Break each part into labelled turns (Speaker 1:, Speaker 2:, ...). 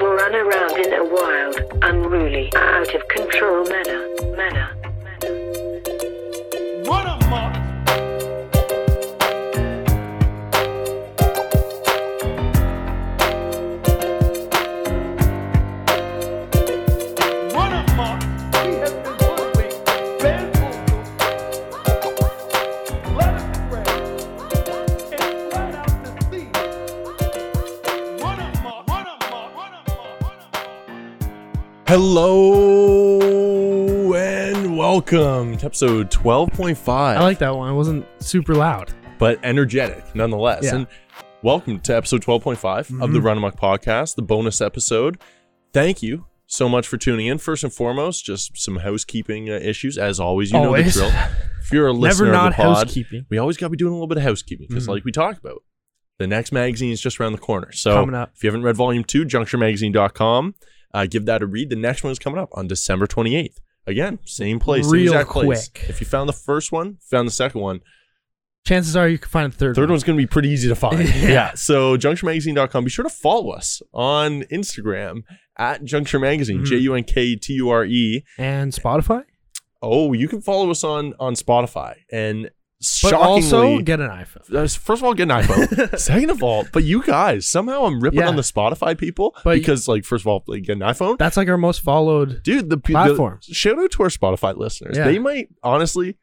Speaker 1: will run around in a wild, unruly, out of control manner. Manner.
Speaker 2: What a month! What a month! We have been hoodwinked, bamboozled, led astray, and fled out to sea. What a month! What a month! What a month! What a month!
Speaker 3: Hello and welcome to episode 12.5,
Speaker 4: I like that one. It wasn't super loud.
Speaker 3: but energetic nonetheless.
Speaker 4: Yeah. Mm-hmm.
Speaker 3: And welcome to episode 12.5 of the Run Amok podcast, the bonus episode. Thank you so much for tuning in. First and foremost, just some housekeeping uh, issues. As always, you
Speaker 4: Always.
Speaker 3: know the drill. If you're a listener
Speaker 4: not
Speaker 3: of the pod,
Speaker 4: housekeeping.
Speaker 3: we always got to be doing a little bit of housekeeping because,
Speaker 4: Mhm.
Speaker 3: like we talked about, the next magazine is just around the corner. So
Speaker 4: Coming up.
Speaker 3: if you haven't read volume two, juncturemagazine.com, uh, give that a read. The next one is coming up on December 28th. Again, same place, same
Speaker 4: Real
Speaker 3: exact place.
Speaker 4: quick.
Speaker 3: If you found the first one, found the second one,
Speaker 4: Chances are you can find a third.
Speaker 3: third
Speaker 4: one.
Speaker 3: one's going to be pretty easy to find.
Speaker 4: Yeah.
Speaker 3: yeah. So juncturemagazine.com. Be sure to follow us on Instagram at Juncture Magazine,
Speaker 4: Mhm.
Speaker 3: J U N K T U R E.
Speaker 4: and Spotify.
Speaker 3: Oh, you can follow us on on Spotify and
Speaker 4: But
Speaker 3: shockingly,
Speaker 4: also get an iPhone.
Speaker 3: uh, first of all, get an iPhone. Second of all, but you guys somehow I'm ripping
Speaker 4: Yeah.
Speaker 3: on the Spotify people
Speaker 4: But you-
Speaker 3: because, like, first of all, like, get an iPhone,
Speaker 4: That's like our most followed.
Speaker 3: dude. The, pe- the
Speaker 4: Platforms.
Speaker 3: shout out to our Spotify listeners.
Speaker 4: Yeah.
Speaker 3: They might honestly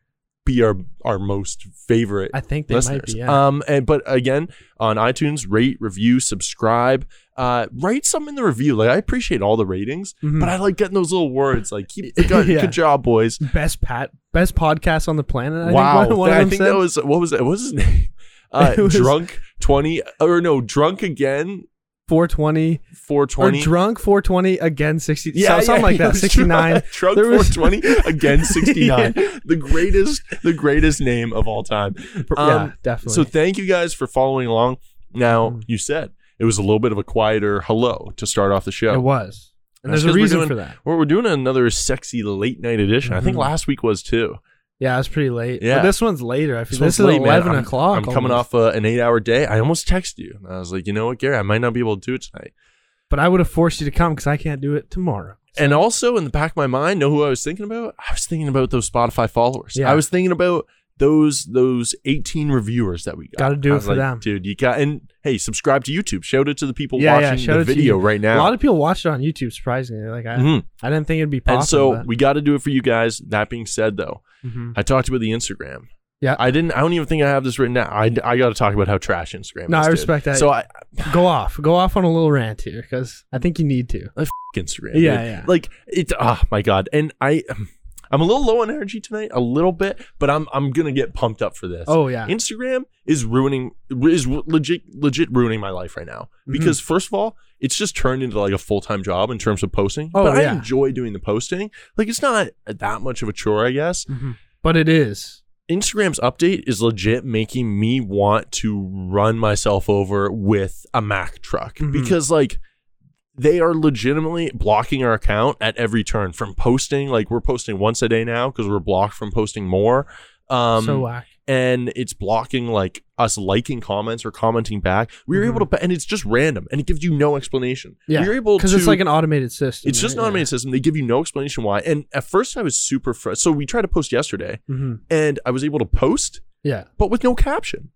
Speaker 3: be our our most favorite.
Speaker 4: I think they
Speaker 3: listeners.
Speaker 4: might be. Yeah.
Speaker 3: Um, and but again, on iTunes, rate, review, subscribe. Uh, write some in the review. Like, I appreciate all the ratings,
Speaker 4: Mhm.
Speaker 3: but I like getting those little words. Like, keep the gun.
Speaker 4: Yeah.
Speaker 3: Good job, boys.
Speaker 4: best pat best podcast on the planet. I
Speaker 3: wow,
Speaker 4: Think one, one
Speaker 3: I
Speaker 4: of them
Speaker 3: think
Speaker 4: said.
Speaker 3: that was what was that? What was his name? Uh,
Speaker 4: It was-
Speaker 3: drunk twenty or no, drunk again
Speaker 4: 420
Speaker 3: four twenty.
Speaker 4: or drunk 420 again 60.
Speaker 3: Yeah,
Speaker 4: so, something
Speaker 3: yeah,
Speaker 4: like
Speaker 3: yeah.
Speaker 4: that. 69.
Speaker 3: Drunk
Speaker 4: There was-
Speaker 3: 420 again 69. The greatest, the greatest name of all time.
Speaker 4: yeah, Um, definitely.
Speaker 3: So thank you guys for following along. Now
Speaker 4: Mhm.
Speaker 3: you said it was a little bit of a quieter hello to start off the show.
Speaker 4: it was. And
Speaker 3: That's
Speaker 4: there's a
Speaker 3: 'cause we're
Speaker 4: reason
Speaker 3: doing-
Speaker 4: for that.
Speaker 3: Well, we're doing another sexy late night edition. I think
Speaker 4: Mhm.
Speaker 3: last week was too.
Speaker 4: Yeah, it's pretty late.
Speaker 3: Yeah.
Speaker 4: But this one's later. I feel
Speaker 3: So
Speaker 4: this
Speaker 3: it's
Speaker 4: is
Speaker 3: late, man.
Speaker 4: 11
Speaker 3: I'm-
Speaker 4: o'clock.
Speaker 3: I'm coming
Speaker 4: almost.
Speaker 3: off uh, an eight-hour day. I almost texted you. I was like, you know what, Gary, I might not be able to do it tonight.
Speaker 4: But I would have forced you to come because I can't do it tomorrow.
Speaker 3: And also in the back of my mind, know who I was thinking about? I was thinking about those Spotify followers.
Speaker 4: Yeah.
Speaker 3: I was thinking about those those 18 reviewers that we got.
Speaker 4: Gotta do
Speaker 3: I
Speaker 4: it
Speaker 3: was
Speaker 4: for
Speaker 3: like,
Speaker 4: them.
Speaker 3: Dude, you got and hey, subscribe to YouTube. Shout it to the people watching
Speaker 4: shout
Speaker 3: the
Speaker 4: out to
Speaker 3: video
Speaker 4: you.
Speaker 3: right now.
Speaker 4: A lot of people watched it on YouTube, surprisingly. Like I,
Speaker 3: Mhm.
Speaker 4: I didn't think it'd be possible.
Speaker 3: and so
Speaker 4: but-
Speaker 3: we got to do it for you guys. That being said, though,
Speaker 4: Mhm.
Speaker 3: I talked about the Instagram.
Speaker 4: Yeah.
Speaker 3: I didn't. I don't even think I have this written down. I, I got to talk about how trash Instagram.
Speaker 4: No,
Speaker 3: is,
Speaker 4: I
Speaker 3: dude.
Speaker 4: respect that.
Speaker 3: So I
Speaker 4: go off, go off on a little rant here because I think you need to.
Speaker 3: I f- Instagram.
Speaker 4: Yeah,
Speaker 3: dude.
Speaker 4: yeah.
Speaker 3: Like it's ah my god. And I I'm a little low on energy tonight, a little bit, but I'm I'm gonna get pumped up for this.
Speaker 4: Oh yeah,
Speaker 3: Instagram is ruining is legit legit ruining my life right now
Speaker 4: Mm-hmm.
Speaker 3: because first of all, it's just turned into like a full time job in terms of posting.
Speaker 4: Oh,
Speaker 3: but I
Speaker 4: yeah.
Speaker 3: enjoy doing the posting. Like it's not that much of a chore, I guess.
Speaker 4: Mhm. but it is.
Speaker 3: Instagram's update is legit making me want to run myself over with a Mack truck
Speaker 4: Mhm.
Speaker 3: because like they are legitimately blocking our account at every turn from posting like we're posting once a day now because we're blocked from posting more um
Speaker 4: so uh, whack.
Speaker 3: and it's blocking like us liking comments or commenting back we were
Speaker 4: Mhm.
Speaker 3: able to and it's just random and it gives you no explanation
Speaker 4: Yeah,
Speaker 3: you're able
Speaker 4: because
Speaker 3: to
Speaker 4: it's like an automated system.
Speaker 3: it's just
Speaker 4: right?
Speaker 3: an automated system they give you no explanation why and at first i was super fr- so we tried to post yesterday
Speaker 4: Yeah. Mhm.
Speaker 3: and i was able to post
Speaker 4: Yeah.
Speaker 3: but with no caption.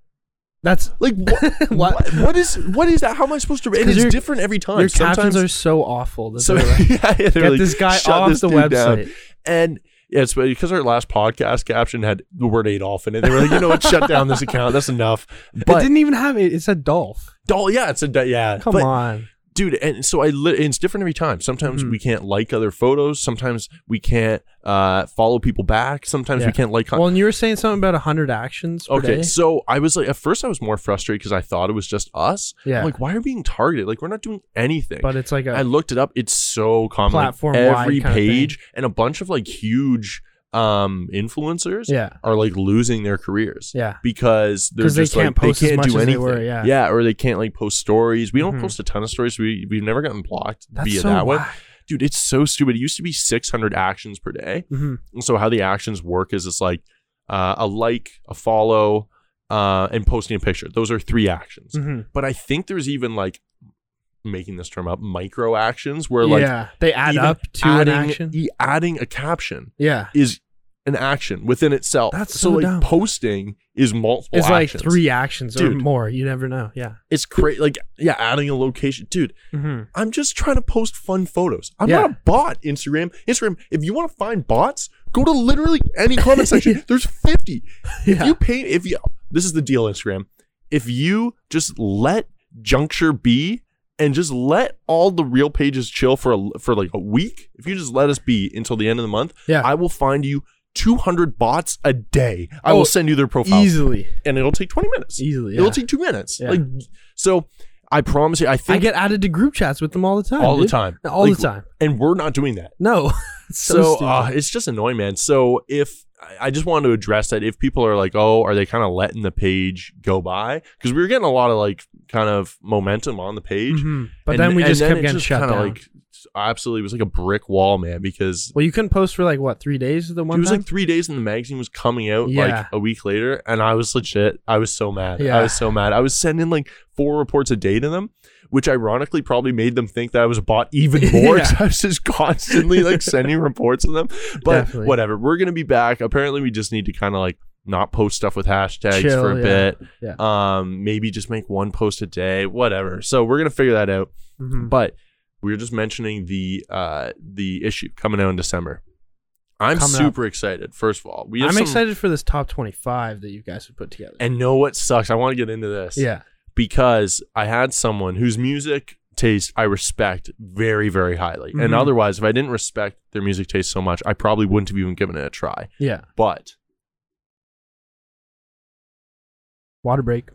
Speaker 4: that's
Speaker 3: Like what?
Speaker 4: What?
Speaker 3: what? What is? What is that? How am I supposed to? And
Speaker 4: 'cause
Speaker 3: it's
Speaker 4: your-
Speaker 3: different every time.
Speaker 4: your
Speaker 3: Sometimes
Speaker 4: captions are so awful. That
Speaker 3: so.
Speaker 4: they're like,
Speaker 3: yeah, yeah, they're
Speaker 4: get
Speaker 3: like,
Speaker 4: this guy
Speaker 3: "Shut
Speaker 4: off
Speaker 3: this
Speaker 4: the
Speaker 3: dude down."
Speaker 4: website.
Speaker 3: And yeah, it's because our last podcast caption had the word Adolf in it. They were like, you know what? Shut down this account. That's enough.
Speaker 4: it
Speaker 3: But
Speaker 4: didn't even have it. It said Dolph.
Speaker 3: doll, yeah, it's a d- yeah.
Speaker 4: Come
Speaker 3: but,
Speaker 4: on.
Speaker 3: dude. And so I. Li- and it's different every time. Sometimes
Speaker 4: Mhm.
Speaker 3: we can't like other photos. Sometimes we can't uh, follow people back. Sometimes
Speaker 4: Yeah.
Speaker 3: we can't like. con-
Speaker 4: Well, and you were saying something about hundred actions. Per
Speaker 3: Okay,
Speaker 4: day.
Speaker 3: so I was like, at first I was more frustrated because I thought it was just us. I'm
Speaker 4: Yeah.
Speaker 3: like, why are we being targeted? Like, we're not doing anything.
Speaker 4: but it's like a
Speaker 3: I looked it up. It's so common. Like,
Speaker 4: Platform-wide
Speaker 3: every
Speaker 4: kind of thing.
Speaker 3: page and a bunch of like huge um influencers
Speaker 4: Yeah.
Speaker 3: are like losing their careers.
Speaker 4: yeah.
Speaker 3: Because they're
Speaker 4: 'Cause they
Speaker 3: just
Speaker 4: can't
Speaker 3: like
Speaker 4: post
Speaker 3: they
Speaker 4: as
Speaker 3: can't
Speaker 4: much
Speaker 3: do
Speaker 4: as they
Speaker 3: anything.
Speaker 4: were, yeah.
Speaker 3: or they can't like post stories. We don't
Speaker 4: Mhm.
Speaker 3: post a ton of stories. We we've never gotten blocked
Speaker 4: That's
Speaker 3: via
Speaker 4: so
Speaker 3: that way.
Speaker 4: whack.
Speaker 3: Dude, it's so stupid. It used to be six hundred actions per day.
Speaker 4: Mhm.
Speaker 3: And so how the actions work is it's like uh, a like, a follow, uh, and posting a picture. Those are three actions.
Speaker 4: Mhm.
Speaker 3: But I think there's even like making this term up micro actions where like
Speaker 4: yeah, they add
Speaker 3: even
Speaker 4: up to
Speaker 3: adding,
Speaker 4: an action.
Speaker 3: e- adding a caption
Speaker 4: yeah,
Speaker 3: is an action within itself.
Speaker 4: That's so
Speaker 3: like
Speaker 4: dumb.
Speaker 3: posting is multiple.
Speaker 4: it's like
Speaker 3: actions.
Speaker 4: three actions or
Speaker 3: Dude.
Speaker 4: more. You never know. Yeah.
Speaker 3: It's crazy. Like yeah, adding a location, dude.
Speaker 4: Mm-hmm.
Speaker 3: I'm just trying to post fun photos. I'm
Speaker 4: Yeah.
Speaker 3: not a bot. Instagram, Instagram. If you want to find bots, go to literally any comment section. There's 50. If
Speaker 4: Yeah.
Speaker 3: you paint, if you, this is the deal, Instagram. If you just let juncture be and just let all the real pages chill for a, for like a week, if you just let us be until the end of the month,
Speaker 4: Yeah.
Speaker 3: I will find you 200 bots a day. I
Speaker 4: Oh,
Speaker 3: will send you their profile
Speaker 4: Easily,
Speaker 3: and it'll take 20 minutes.
Speaker 4: easily.
Speaker 3: It'll
Speaker 4: yeah.
Speaker 3: take two minutes.
Speaker 4: Yeah.
Speaker 3: Like, so I promise you, I
Speaker 4: I
Speaker 3: think
Speaker 4: get added to group chats with them all the time.
Speaker 3: all the
Speaker 4: dude.
Speaker 3: time.
Speaker 4: All
Speaker 3: Like,
Speaker 4: the time.
Speaker 3: And we're not doing that.
Speaker 4: No. It's
Speaker 3: So,
Speaker 4: stupid.
Speaker 3: uh, it's just annoying, man. So if I- I just wanted to address that, if people are like, "Oh, are they kind of letting the page go by?" Because we were getting a lot of like kind of momentum on the page,
Speaker 4: Mhm. but
Speaker 3: And-
Speaker 4: then we
Speaker 3: and
Speaker 4: just kept
Speaker 3: it
Speaker 4: getting shut
Speaker 3: kinda,
Speaker 4: down.
Speaker 3: Like, absolutely, was like a brick wall, man. Because
Speaker 4: well, you couldn't post for like what three days the
Speaker 3: it
Speaker 4: one
Speaker 3: was
Speaker 4: time.
Speaker 3: like three days, and the magazine was coming out
Speaker 4: Yeah.
Speaker 3: like a week later, and I was legit. I was so mad. I
Speaker 4: Yeah.
Speaker 3: was so mad. I was sending like four reports a day to them. Which ironically probably made them think that I was a bot even more.
Speaker 4: Yeah.
Speaker 3: 'cause I was just constantly like sending reports to them but
Speaker 4: Definitely.
Speaker 3: whatever we're gonna be back apparently we just need to kind of like not post stuff with hashtags
Speaker 4: Chill,
Speaker 3: for a
Speaker 4: yeah,
Speaker 3: bit um maybe just make one post a day whatever so we're gonna figure that out
Speaker 4: Mhm.
Speaker 3: but we were just mentioning the uh the issue coming out in december i'm
Speaker 4: Coming up.
Speaker 3: super excited first of all we have
Speaker 4: I'm
Speaker 3: some-
Speaker 4: excited for this top 25 that you guys have put together.
Speaker 3: and know what sucks i want to get into this
Speaker 4: yeah,
Speaker 3: because I had someone whose music taste I respect very, very highly. And
Speaker 4: Mhm.
Speaker 3: otherwise, if I didn't respect their music taste so much, I probably wouldn't have even given it a try.
Speaker 4: yeah.
Speaker 3: But
Speaker 4: Water break.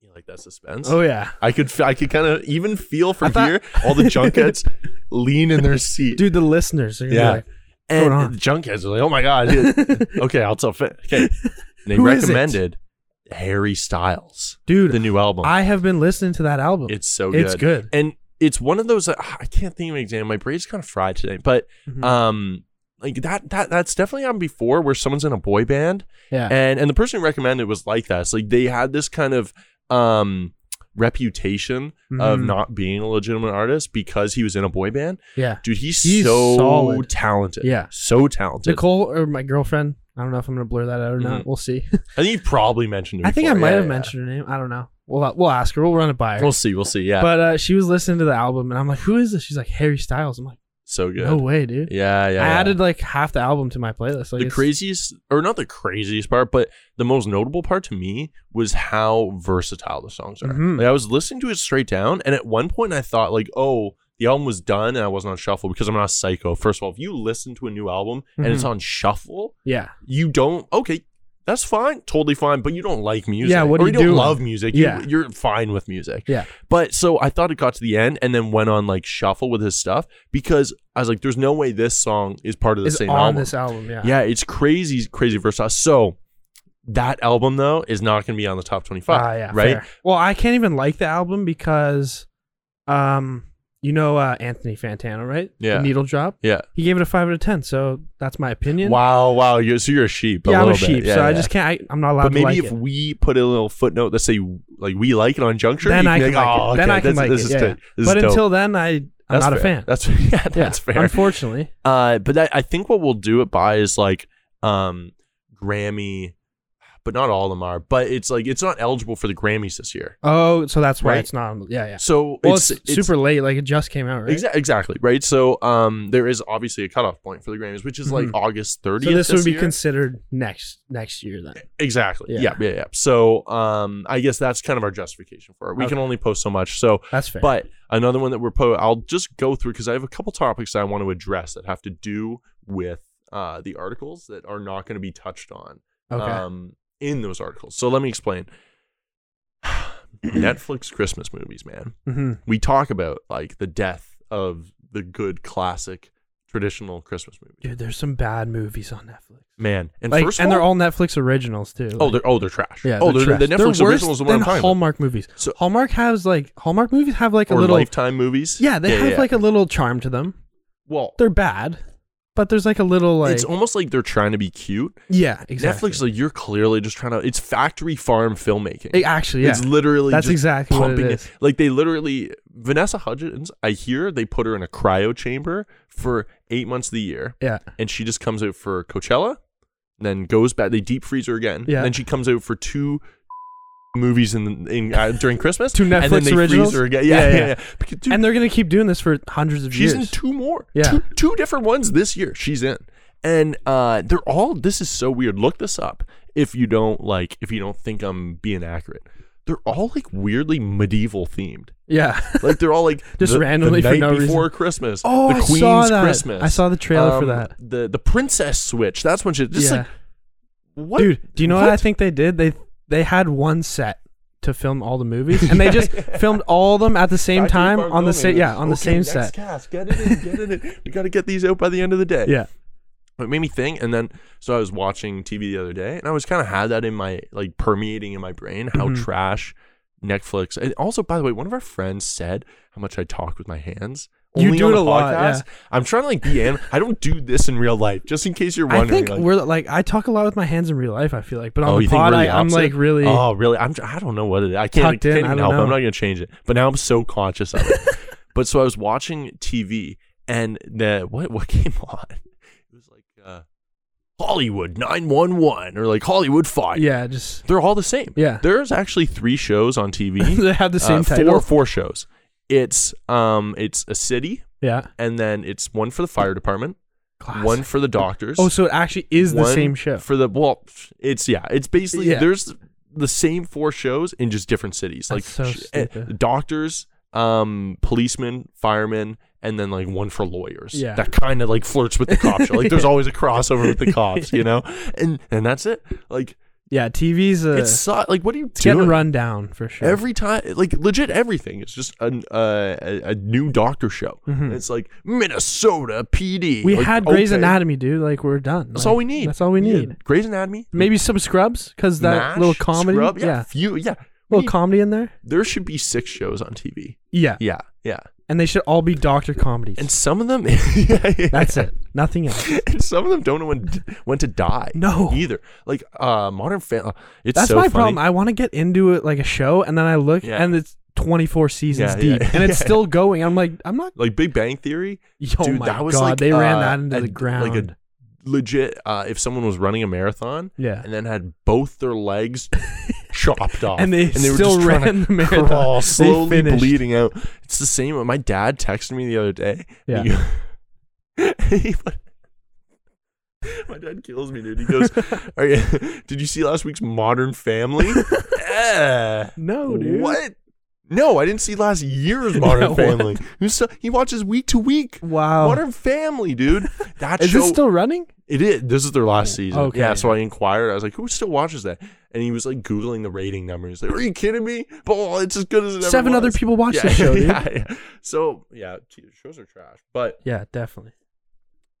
Speaker 3: you like that suspense?
Speaker 4: Oh yeah,
Speaker 3: I could, f- I could kind of even feel
Speaker 4: I
Speaker 3: from
Speaker 4: thought-
Speaker 3: here all the junkheads lean in their seat.
Speaker 4: dude. The listeners are gonna
Speaker 3: Yeah.
Speaker 4: be like,
Speaker 3: and
Speaker 4: going on?
Speaker 3: the junkheads are like, "Oh my god!" dude." okay, I'll tell. Fa- okay, they
Speaker 4: Who is it?
Speaker 3: recommended Harry Styles,
Speaker 4: dude.
Speaker 3: the new album.
Speaker 4: I have been listening to that album.
Speaker 3: it's so good.
Speaker 4: It's good.
Speaker 3: and it's one of those. I can't think of an example. My brain's kind of fried today, but
Speaker 4: Mhm.
Speaker 3: um like that that that's definitely happened before where someone's in a boy band
Speaker 4: yeah,
Speaker 3: and and the person who recommended was like that it's like they had this kind of um reputation of
Speaker 4: Mhm.
Speaker 3: not being a legitimate artist because he was in a boy band
Speaker 4: yeah.
Speaker 3: dude he's,
Speaker 4: He's
Speaker 3: so
Speaker 4: solid.
Speaker 3: talented
Speaker 4: Yeah.
Speaker 3: so talented
Speaker 4: Nicole or my girlfriend. I don't know if I'm gonna blur that out or not. We'll see.
Speaker 3: i think you probably mentioned it
Speaker 4: I think I
Speaker 3: before. Mm-hmm.
Speaker 4: might
Speaker 3: Yeah,
Speaker 4: have
Speaker 3: yeah.
Speaker 4: mentioned her name. I don't know. We'll we'll ask her. We'll run it by her.
Speaker 3: we'll see we'll see yeah
Speaker 4: But uh, she was listening to the album, and I'm like, "Who is this?" She's like, "Harry Styles." I'm like,
Speaker 3: so good
Speaker 4: "No way, dude!"
Speaker 3: yeah yeah
Speaker 4: I
Speaker 3: yeah.
Speaker 4: added like half the album to my playlist. Like,
Speaker 3: the
Speaker 4: it's-
Speaker 3: craziest or not the craziest part but the most notable part to me was how versatile the songs are
Speaker 4: Mhm.
Speaker 3: like i was listening to it straight down and at one point i thought like oh the album was done and i wasn't on shuffle because i'm not a psycho first of all if you listen to a new album and
Speaker 4: Mm-hmm.
Speaker 3: it's on shuffle
Speaker 4: Yeah,
Speaker 3: you don't okay that's fine totally fine but you don't like music
Speaker 4: Yeah, what
Speaker 3: or
Speaker 4: are
Speaker 3: you
Speaker 4: you
Speaker 3: don't
Speaker 4: doing?
Speaker 3: love music
Speaker 4: Yeah.
Speaker 3: you, you're fine with music
Speaker 4: yeah,
Speaker 3: but so I thought it got to the end and then went on like shuffle with his stuff because I was like, there's no way this song is part of the
Speaker 4: it's
Speaker 3: same
Speaker 4: on
Speaker 3: album.
Speaker 4: this album. Yeah,
Speaker 3: Yeah, it's crazy, crazy versatile. So that album though is not going to be on the top twenty-five,
Speaker 4: Ah, yeah,
Speaker 3: right?
Speaker 4: fair. Well, I can't even like the album because, um, you know uh, Anthony Fantano, right?
Speaker 3: Yeah.
Speaker 4: The needle drop.
Speaker 3: Yeah.
Speaker 4: He gave it a five out of ten, so that's my opinion.
Speaker 3: Wow, wow. You're, so you're a sheep.
Speaker 4: Yeah, I'm a
Speaker 3: little bit.
Speaker 4: sheep,
Speaker 3: Yeah,
Speaker 4: so I
Speaker 3: yeah.
Speaker 4: just can't. I, I'm not allowed
Speaker 3: But maybe
Speaker 4: to like
Speaker 3: if
Speaker 4: it.
Speaker 3: we put a little footnote that say like we like it on Juncture,
Speaker 4: then
Speaker 3: you
Speaker 4: I
Speaker 3: be
Speaker 4: can
Speaker 3: like,
Speaker 4: like
Speaker 3: oh,
Speaker 4: it. Then
Speaker 3: okay,
Speaker 4: I can
Speaker 3: this,
Speaker 4: like
Speaker 3: this
Speaker 4: it.
Speaker 3: is
Speaker 4: yeah,
Speaker 3: dope.
Speaker 4: yeah.
Speaker 3: This is
Speaker 4: but
Speaker 3: dope.
Speaker 4: until then, I I'm
Speaker 3: That's
Speaker 4: not a
Speaker 3: fair.
Speaker 4: fan.
Speaker 3: That's yeah,
Speaker 4: Yeah,
Speaker 3: that's fair.
Speaker 4: Unfortunately,
Speaker 3: Uh, but that, I think what we'll do it by is like um Grammy, but not all of them are. But it's like it's not eligible for the Grammys this year.
Speaker 4: oh, so that's why
Speaker 3: Right.
Speaker 4: it's not. on- Yeah, yeah.
Speaker 3: So
Speaker 4: Well,
Speaker 3: it's,
Speaker 4: it's, super late. Like it just came out, right?
Speaker 3: Exa- exactly right. So um, there is obviously a cutoff point for the Grammys, which is
Speaker 4: Mhm.
Speaker 3: like August
Speaker 4: So
Speaker 3: thirtieth.
Speaker 4: this would be
Speaker 3: year.
Speaker 4: considered next next year then.
Speaker 3: exactly. Yeah.
Speaker 4: Yeah.
Speaker 3: yeah, yeah, So um, I guess that's kind of our justification for it. We can only post so much. So,
Speaker 4: That's fair.
Speaker 3: but another one that we're po- I'll just go through because I have a couple topics I want to address that have to do with uh, the articles that are not going to be touched on
Speaker 4: okay.
Speaker 3: um, in those articles. So let me explain. Netflix Christmas movies, man
Speaker 4: hmm
Speaker 3: we talk about like the death of the good classic traditional Christmas movie.
Speaker 4: Dude, there's some bad movies on Netflix.
Speaker 3: Man, and
Speaker 4: like,
Speaker 3: first of
Speaker 4: and they're
Speaker 3: all,
Speaker 4: all Netflix originals too.
Speaker 3: oh
Speaker 4: Like,
Speaker 3: they're oh they're trash.
Speaker 4: yeah,
Speaker 3: oh they're,
Speaker 4: trash.
Speaker 3: the Netflix
Speaker 4: They're worse
Speaker 3: originals is what I'm
Speaker 4: than
Speaker 3: talking about.
Speaker 4: Hallmark movies.
Speaker 3: So-
Speaker 4: Hallmark has like Hallmark movies have like a
Speaker 3: or
Speaker 4: little
Speaker 3: lifetime movies.
Speaker 4: yeah they have
Speaker 3: yeah.
Speaker 4: like a little charm to them.
Speaker 3: well
Speaker 4: They're bad. but there's like a little like
Speaker 3: it's almost like they're trying to be cute.
Speaker 4: yeah exactly.
Speaker 3: Netflix, like you're clearly just trying to. It's factory farm filmmaking.
Speaker 4: It- actually yeah
Speaker 3: It's literally
Speaker 4: that's
Speaker 3: just
Speaker 4: exactly what it
Speaker 3: pumping
Speaker 4: is.
Speaker 3: it. Like they literally Vanessa Hudgens. I hear they put her in a cryo chamber for eight months of the year,
Speaker 4: Yeah,
Speaker 3: and she just comes out for Coachella, and then goes back. They deep freeze her again.
Speaker 4: Yeah.
Speaker 3: And then she comes out for two movies in, in uh, during Christmas.
Speaker 4: Two
Speaker 3: and then
Speaker 4: Netflix
Speaker 3: they
Speaker 4: originals?
Speaker 3: Freeze her again. Yeah,
Speaker 4: Yeah,
Speaker 3: yeah, yeah.
Speaker 4: yeah.
Speaker 3: Because, dude,
Speaker 4: and they're gonna keep doing this for hundreds of
Speaker 3: She's
Speaker 4: years.
Speaker 3: in two more.
Speaker 4: Yeah.
Speaker 3: Two, two different ones this year. She's in. And uh, they're all this is so weird. Look this up if you don't like if you don't think I'm being accurate. They're all like weirdly medieval themed.
Speaker 4: yeah,
Speaker 3: Like they're all like
Speaker 4: Just
Speaker 3: the,
Speaker 4: randomly
Speaker 3: the
Speaker 4: for
Speaker 3: night
Speaker 4: no reason.
Speaker 3: before Christmas.
Speaker 4: Oh,
Speaker 3: the
Speaker 4: I
Speaker 3: Queen's
Speaker 4: saw that.
Speaker 3: Christmas. um,
Speaker 4: I saw the trailer for that.
Speaker 3: The the princess switch. That's when she just
Speaker 4: yeah.
Speaker 3: like what
Speaker 4: dude. Do you know what? I think they did? They they had one set to film all the movies, and they just filmed all of them at the same
Speaker 3: Factory
Speaker 4: time
Speaker 3: Farm
Speaker 4: on the
Speaker 3: filming
Speaker 4: same yeah
Speaker 3: this.
Speaker 4: on the
Speaker 3: Okay,
Speaker 4: same
Speaker 3: next
Speaker 4: set.
Speaker 3: Cast. Get it in, get it in. We got to get these out by the end of the day.
Speaker 4: Yeah,
Speaker 3: it made me think and then so i was watching tv the other day and i was kind of had that in my like permeating in my brain how
Speaker 4: Mhm.
Speaker 3: trash netflix and also by the way one of our friends said how much i talk with my hands
Speaker 4: You do
Speaker 3: on
Speaker 4: it
Speaker 3: the
Speaker 4: a lot,
Speaker 3: podcast. i'm trying to like be an i don't do this in real life just in case you're
Speaker 4: I
Speaker 3: wondering
Speaker 4: think
Speaker 3: like,
Speaker 4: we're like I talk a lot with my hands in real life. I feel like, but on
Speaker 3: oh
Speaker 4: the
Speaker 3: you think
Speaker 4: pod,
Speaker 3: we're the
Speaker 4: I, am
Speaker 3: opposite?
Speaker 4: like really.
Speaker 3: oh really i'm i don't know what it is i can't,
Speaker 4: Tucked in,
Speaker 3: can't
Speaker 4: I
Speaker 3: even
Speaker 4: don't
Speaker 3: help
Speaker 4: know.
Speaker 3: i'm not gonna change it but now i'm so conscious of it but so i was watching tv and the what what came on it was like uh hollywood 911 or like hollywood 5
Speaker 4: yeah, just
Speaker 3: they're all the same.
Speaker 4: Yeah.
Speaker 3: There's actually three shows on TV.
Speaker 4: they have the same
Speaker 3: uh,
Speaker 4: title.
Speaker 3: Four four shows. It's um it's a city,
Speaker 4: yeah,
Speaker 3: and then it's one for the fire department,
Speaker 4: Classic.
Speaker 3: one for the doctors.
Speaker 4: Oh, so it actually is the
Speaker 3: one
Speaker 4: same show.
Speaker 3: for the well? It's yeah. It's basically
Speaker 4: Yeah.
Speaker 3: there's the same four shows in just different cities. Like
Speaker 4: That's so
Speaker 3: sh- eh,
Speaker 4: stupid.
Speaker 3: doctors, um, policemen, firemen, and then like one for lawyers.
Speaker 4: Yeah.
Speaker 3: that kind of like flirts with the cop show. Like there's always a crossover with the cops, you know. And and that's it. Like
Speaker 4: yeah, TV's uh,
Speaker 3: it's
Speaker 4: it's,
Speaker 3: so, like what are you
Speaker 4: getting
Speaker 3: doing?
Speaker 4: run down for sure.
Speaker 3: Every time, like legit, everything is just an, uh, a a new doctor show. It's like Minnesota PD.
Speaker 4: Mm-hmm. we
Speaker 3: Like,
Speaker 4: had Grey's
Speaker 3: okay,
Speaker 4: Anatomy, dude. Like we're done.
Speaker 3: That's
Speaker 4: Like,
Speaker 3: all we need.
Speaker 4: That's all we
Speaker 3: Yeah,
Speaker 4: need.
Speaker 3: Grey's Anatomy.
Speaker 4: Maybe some Scrubs because that
Speaker 3: MASH,
Speaker 4: little comedy.
Speaker 3: Scrub, yeah,
Speaker 4: yeah.
Speaker 3: few, yeah. We
Speaker 4: little
Speaker 3: need-
Speaker 4: comedy in there.
Speaker 3: there should be six shows on TV.
Speaker 4: Yeah.
Speaker 3: Yeah, yeah,
Speaker 4: and they should all be doctor comedies.
Speaker 3: and some of them. yeah, yeah.
Speaker 4: That's it. Nothing else.
Speaker 3: And some of them don't know when when to die.
Speaker 4: No.
Speaker 3: either. Like uh, Modern Family. It's
Speaker 4: That's
Speaker 3: so
Speaker 4: my
Speaker 3: funny.
Speaker 4: problem. I want to get into it like a show, and then I look,
Speaker 3: Yeah.
Speaker 4: and it's 24 seasons
Speaker 3: Yeah, yeah,
Speaker 4: deep, and it's
Speaker 3: yeah.
Speaker 4: still going. I'm like, I'm not.
Speaker 3: like Big Bang Theory.
Speaker 4: Oh
Speaker 3: Dude,
Speaker 4: my
Speaker 3: that was
Speaker 4: god,
Speaker 3: like
Speaker 4: they ran
Speaker 3: uh,
Speaker 4: that into
Speaker 3: a-
Speaker 4: the ground.
Speaker 3: Like a legit, uh, if someone was running a marathon,
Speaker 4: Yeah.
Speaker 3: and then had both their legs chopped off,
Speaker 4: And they
Speaker 3: were
Speaker 4: still
Speaker 3: just trying
Speaker 4: ran
Speaker 3: to
Speaker 4: the marathon.
Speaker 3: crawl,
Speaker 4: They
Speaker 3: slowly
Speaker 4: finished.
Speaker 3: bleeding out. It's the same. My dad texted me the other day.
Speaker 4: Yeah.
Speaker 3: He- he put- my dad kills me, dude. He goes, Are you, "Did you see last week's Modern Family?" Eh.
Speaker 4: no, dude.
Speaker 3: What? No, I didn't see last year's Modern
Speaker 4: What?
Speaker 3: Family. He, was- he watches week to week.
Speaker 4: Wow.
Speaker 3: Modern Family, dude. That
Speaker 4: Is
Speaker 3: show,
Speaker 4: this still running?
Speaker 3: it is. This is their last season.
Speaker 4: Okay.
Speaker 3: Yeah. So I inquired. I was like, "Who still watches that?" And he was like googling the rating number. He's like, "Are you kidding me? But oh, it's as good as it ever
Speaker 4: Seven other
Speaker 3: was."
Speaker 4: people watch
Speaker 3: yeah,
Speaker 4: this show, dude.
Speaker 3: yeah, yeah. So yeah, t- shows are trash. But
Speaker 4: Yeah, definitely.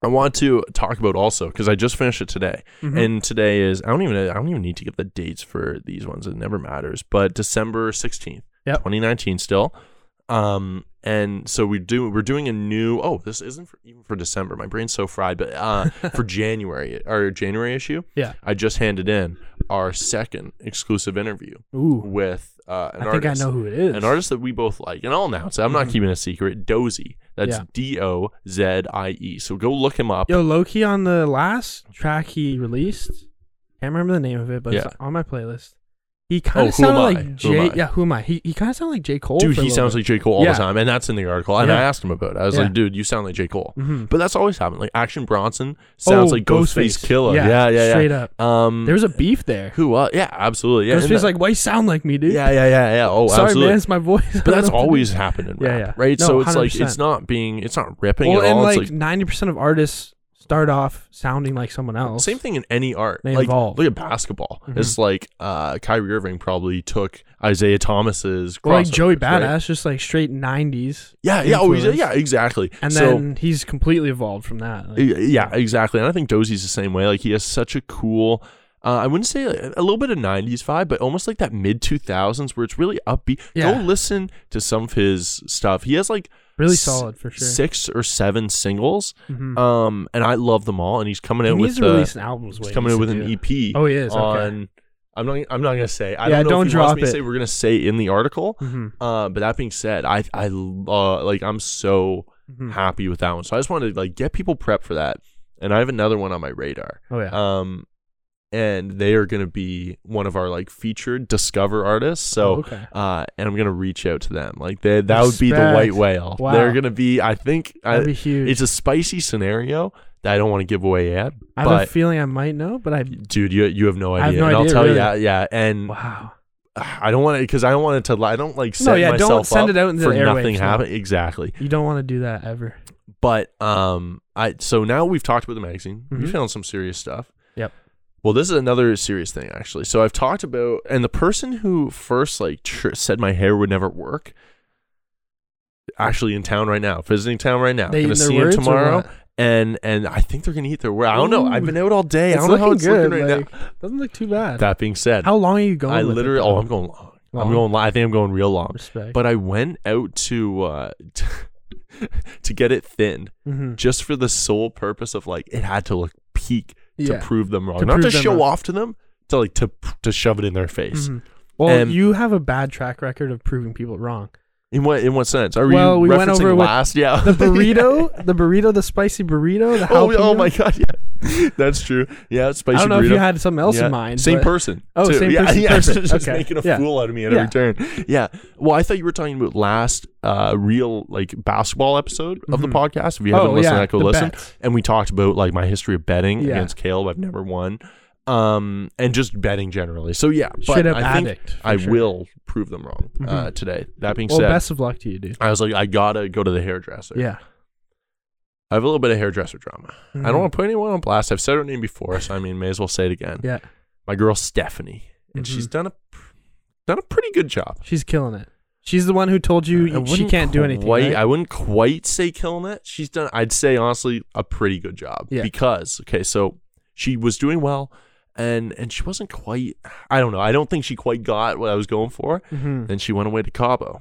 Speaker 3: I want to talk about also because I just finished it today,
Speaker 4: Mm-hmm.
Speaker 3: and today is I don't even I don't even need to give the dates for these ones. It never matters. But December sixteenth,
Speaker 4: Yep.
Speaker 3: twenty nineteen, still. Um, and so we do we're doing a new. Oh, this isn't for, even for December. My brain's so fried. But uh, for January our January issue,
Speaker 4: Yeah.
Speaker 3: I just handed in our second exclusive interview
Speaker 4: Ooh.
Speaker 3: with uh, an
Speaker 4: I think
Speaker 3: artist
Speaker 4: I know who it is. Mm-hmm.
Speaker 3: an artist that we both like, and I'll announce it. I'm not keeping it a secret. Dozy. That's
Speaker 4: Yeah.
Speaker 3: D O Z I E. So go look him up.
Speaker 4: Yo, Loki on the last track he released. Can't remember the name of it, but it's
Speaker 3: Yeah.
Speaker 4: on my playlist. He kind
Speaker 3: Oh,
Speaker 4: of
Speaker 3: Who Am
Speaker 4: sounded
Speaker 3: I? Who
Speaker 4: like
Speaker 3: Am
Speaker 4: Jay.
Speaker 3: I?
Speaker 4: Yeah, who am I? He, he kind of sounded like J Cole.
Speaker 3: dude, he sounds like J. Cole all
Speaker 4: Yeah.
Speaker 3: the time, and that's in the article. And
Speaker 4: Yeah.
Speaker 3: I asked him about it. I was
Speaker 4: Yeah.
Speaker 3: like, dude, you sound like J. Cole.
Speaker 4: Mhm.
Speaker 3: But that's always happened. Like Action Bronson sounds like Ghostface, Killer. Yeah, yeah, yeah.
Speaker 4: Oh, Straight up.
Speaker 3: Um,
Speaker 4: There was a beef there.
Speaker 3: who? Uh, yeah, absolutely. Yeah, and
Speaker 4: Ghostface
Speaker 3: the-
Speaker 4: like, why you sound like me, dude?
Speaker 3: yeah, yeah, yeah, yeah. Oh,
Speaker 4: Sorry,
Speaker 3: absolutely.
Speaker 4: man, it's my voice. I
Speaker 3: But
Speaker 4: don't
Speaker 3: that's
Speaker 4: know what to
Speaker 3: always
Speaker 4: do.
Speaker 3: happened in
Speaker 4: Yeah,
Speaker 3: rap,
Speaker 4: yeah.
Speaker 3: right?
Speaker 4: No,
Speaker 3: so it's like
Speaker 4: 100%.
Speaker 3: it's not being, it's not ripping
Speaker 4: Well,
Speaker 3: at
Speaker 4: and
Speaker 3: all.
Speaker 4: like
Speaker 3: it's like
Speaker 4: ninety percent of artists start off sounding like someone else.
Speaker 3: Same thing in any art.
Speaker 4: They
Speaker 3: like
Speaker 4: evolve. Mm-hmm.
Speaker 3: look at basketball. It's like uh Kyrie Irving probably took Isaiah Thomas's
Speaker 4: Or like
Speaker 3: crossovers,
Speaker 4: Joey
Speaker 3: right?
Speaker 4: Badass, just like straight nineties.
Speaker 3: Yeah, yeah, oh, he's-
Speaker 4: influence.
Speaker 3: yeah, exactly.
Speaker 4: And
Speaker 3: So-
Speaker 4: then he's completely evolved from that. Like,
Speaker 3: Y- yeah, exactly. And I think Dozy's the same way. Like he has such a cool. Uh, I wouldn't say a, a little bit of '90s vibe, but almost like that mid 2000s where it's really upbeat.
Speaker 4: Yeah.
Speaker 3: Go listen to some of his stuff. He has like
Speaker 4: Really
Speaker 3: s-
Speaker 4: solid for sure.
Speaker 3: six or seven singles.
Speaker 4: Mhm.
Speaker 3: Um, and I love them all. And he's coming out
Speaker 4: he needs
Speaker 3: with
Speaker 4: to
Speaker 3: uh,
Speaker 4: release an album. is what
Speaker 3: he's
Speaker 4: he
Speaker 3: coming out
Speaker 4: needs
Speaker 3: with
Speaker 4: to
Speaker 3: an E
Speaker 4: do.
Speaker 3: EP.
Speaker 4: Oh, he is, okay.
Speaker 3: on. I'm not. I'm not gonna say. I
Speaker 4: Yeah,
Speaker 3: don't know
Speaker 4: don't
Speaker 3: if he wants
Speaker 4: drop
Speaker 3: me to
Speaker 4: it.
Speaker 3: say. We're gonna say in the article.
Speaker 4: Mhm,
Speaker 3: Uh, but that being said, I I uh, like I'm so
Speaker 4: mhm.
Speaker 3: happy with that one. So I just wanted to like get people prepped for that. And I have another one on my radar.
Speaker 4: Oh yeah.
Speaker 3: Um, and they are gonna be one of our like featured discover artists. So
Speaker 4: Oh, okay.
Speaker 3: uh, and I'm gonna reach out to them. Like they, that would be the white
Speaker 4: Respect.
Speaker 3: whale.
Speaker 4: Wow.
Speaker 3: They're gonna be. I think
Speaker 4: That'd
Speaker 3: I,
Speaker 4: be huge.
Speaker 3: it's a spicy scenario that I don't want to give away yet.
Speaker 4: I have a
Speaker 3: But
Speaker 4: feeling I might know, but I
Speaker 3: dude, you you have no
Speaker 4: I
Speaker 3: idea.
Speaker 4: have no
Speaker 3: and I'll
Speaker 4: idea,
Speaker 3: tell you,
Speaker 4: really.
Speaker 3: yeah, yeah. And
Speaker 4: wow.
Speaker 3: I don't want to because I don't want it to. li- I don't like
Speaker 4: No,
Speaker 3: set
Speaker 4: yeah, don't
Speaker 3: myself
Speaker 4: send
Speaker 3: up
Speaker 4: it out into
Speaker 3: for
Speaker 4: the
Speaker 3: nothing
Speaker 4: airwaves, no.
Speaker 3: happen. Exactly.
Speaker 4: You don't want to do that ever.
Speaker 3: But um, I so now we've talked about the magazine. We
Speaker 4: Mhm.
Speaker 3: found some serious stuff.
Speaker 4: Yep.
Speaker 3: Well, this is another serious thing actually. So I've talked about and the person who first like tr- said my hair would never work. Actually, in town right now, visiting town right now.
Speaker 4: They
Speaker 3: gonna
Speaker 4: eating their
Speaker 3: see him
Speaker 4: words or
Speaker 3: tomorrow,
Speaker 4: what?
Speaker 3: and and I think they're gonna eat their word. I don't know. I've
Speaker 4: Ooh.
Speaker 3: been out all day. I
Speaker 4: It's
Speaker 3: don't know how
Speaker 4: looking
Speaker 3: it's looking right now.
Speaker 4: like, Doesn't look too bad.
Speaker 3: That being said,
Speaker 4: How long are you going?
Speaker 3: I
Speaker 4: with it,
Speaker 3: literally.
Speaker 4: though?
Speaker 3: oh, I'm going long. I'm
Speaker 4: Long?
Speaker 3: going. Long. I think I'm going real long.
Speaker 4: respect.
Speaker 3: But I went out to uh, to get it thinned
Speaker 4: Mhm.
Speaker 3: just for the sole purpose of like it had to look peak
Speaker 4: Yeah.
Speaker 3: to prove them wrong,
Speaker 4: To
Speaker 3: not to
Speaker 4: prove them
Speaker 3: show
Speaker 4: wrong.
Speaker 3: off to them, to like to to shove it in their face.
Speaker 4: Mhm. Well,
Speaker 3: Um,
Speaker 4: you have a bad track record of proving people wrong.
Speaker 3: In what in what sense? Are
Speaker 4: Well,
Speaker 3: you
Speaker 4: we
Speaker 3: referencing
Speaker 4: went over with
Speaker 3: last? Yeah,
Speaker 4: The burrito, the burrito, the spicy burrito, the
Speaker 3: oh,
Speaker 4: jalapeno.
Speaker 3: oh my god, yeah, that's true. Yeah, spicy.
Speaker 4: I don't know
Speaker 3: burrito.
Speaker 4: if you had something else
Speaker 3: Yeah.
Speaker 4: in mind.
Speaker 3: Same
Speaker 4: but-
Speaker 3: person.
Speaker 4: Oh,
Speaker 3: too.
Speaker 4: same
Speaker 3: yeah,
Speaker 4: person,
Speaker 3: Yeah,
Speaker 4: perfect.
Speaker 3: just
Speaker 4: Okay.
Speaker 3: making a
Speaker 4: Yeah.
Speaker 3: fool out of me at every
Speaker 4: Yeah.
Speaker 3: turn. Yeah. Well, I thought you were talking about last uh, real like basketball episode of the
Speaker 4: Mhm.
Speaker 3: podcast. If you
Speaker 4: Oh,
Speaker 3: haven't listened, to
Speaker 4: yeah,
Speaker 3: that go
Speaker 4: the
Speaker 3: listen.
Speaker 4: bets.
Speaker 3: And we talked about like my history of betting
Speaker 4: Yeah.
Speaker 3: against Caleb. I've never won. Um, and just betting generally. So yeah, but
Speaker 4: Straight up
Speaker 3: I think
Speaker 4: addict, for
Speaker 3: I
Speaker 4: sure. Mm-hmm.
Speaker 3: will prove them wrong uh, today. That being
Speaker 4: Well,
Speaker 3: said,
Speaker 4: best of luck to you, dude.
Speaker 3: I was like, I gotta go to the hairdresser.
Speaker 4: Yeah.
Speaker 3: I have a little bit of hairdresser drama. I don't
Speaker 4: Mhm.
Speaker 3: want to put anyone on blast. I've said her name before, so I mean, may as well say it again
Speaker 4: Yeah.
Speaker 3: my girl Stephanie, and she's
Speaker 4: Mm-hmm.
Speaker 3: done a pr- done a pretty good job.
Speaker 4: She's killing it. She's the one who told you
Speaker 3: I
Speaker 4: you- she
Speaker 3: wouldn't
Speaker 4: can't do anything.
Speaker 3: Quite,
Speaker 4: right?
Speaker 3: I wouldn't quite say killing it. She's done. I'd say honestly a pretty good job
Speaker 4: Yeah.
Speaker 3: because okay, so she was doing well, and and she wasn't quite. I don't know. I don't think she quite got what I was going for.
Speaker 4: Mhm.
Speaker 3: Then she went away to Cabo,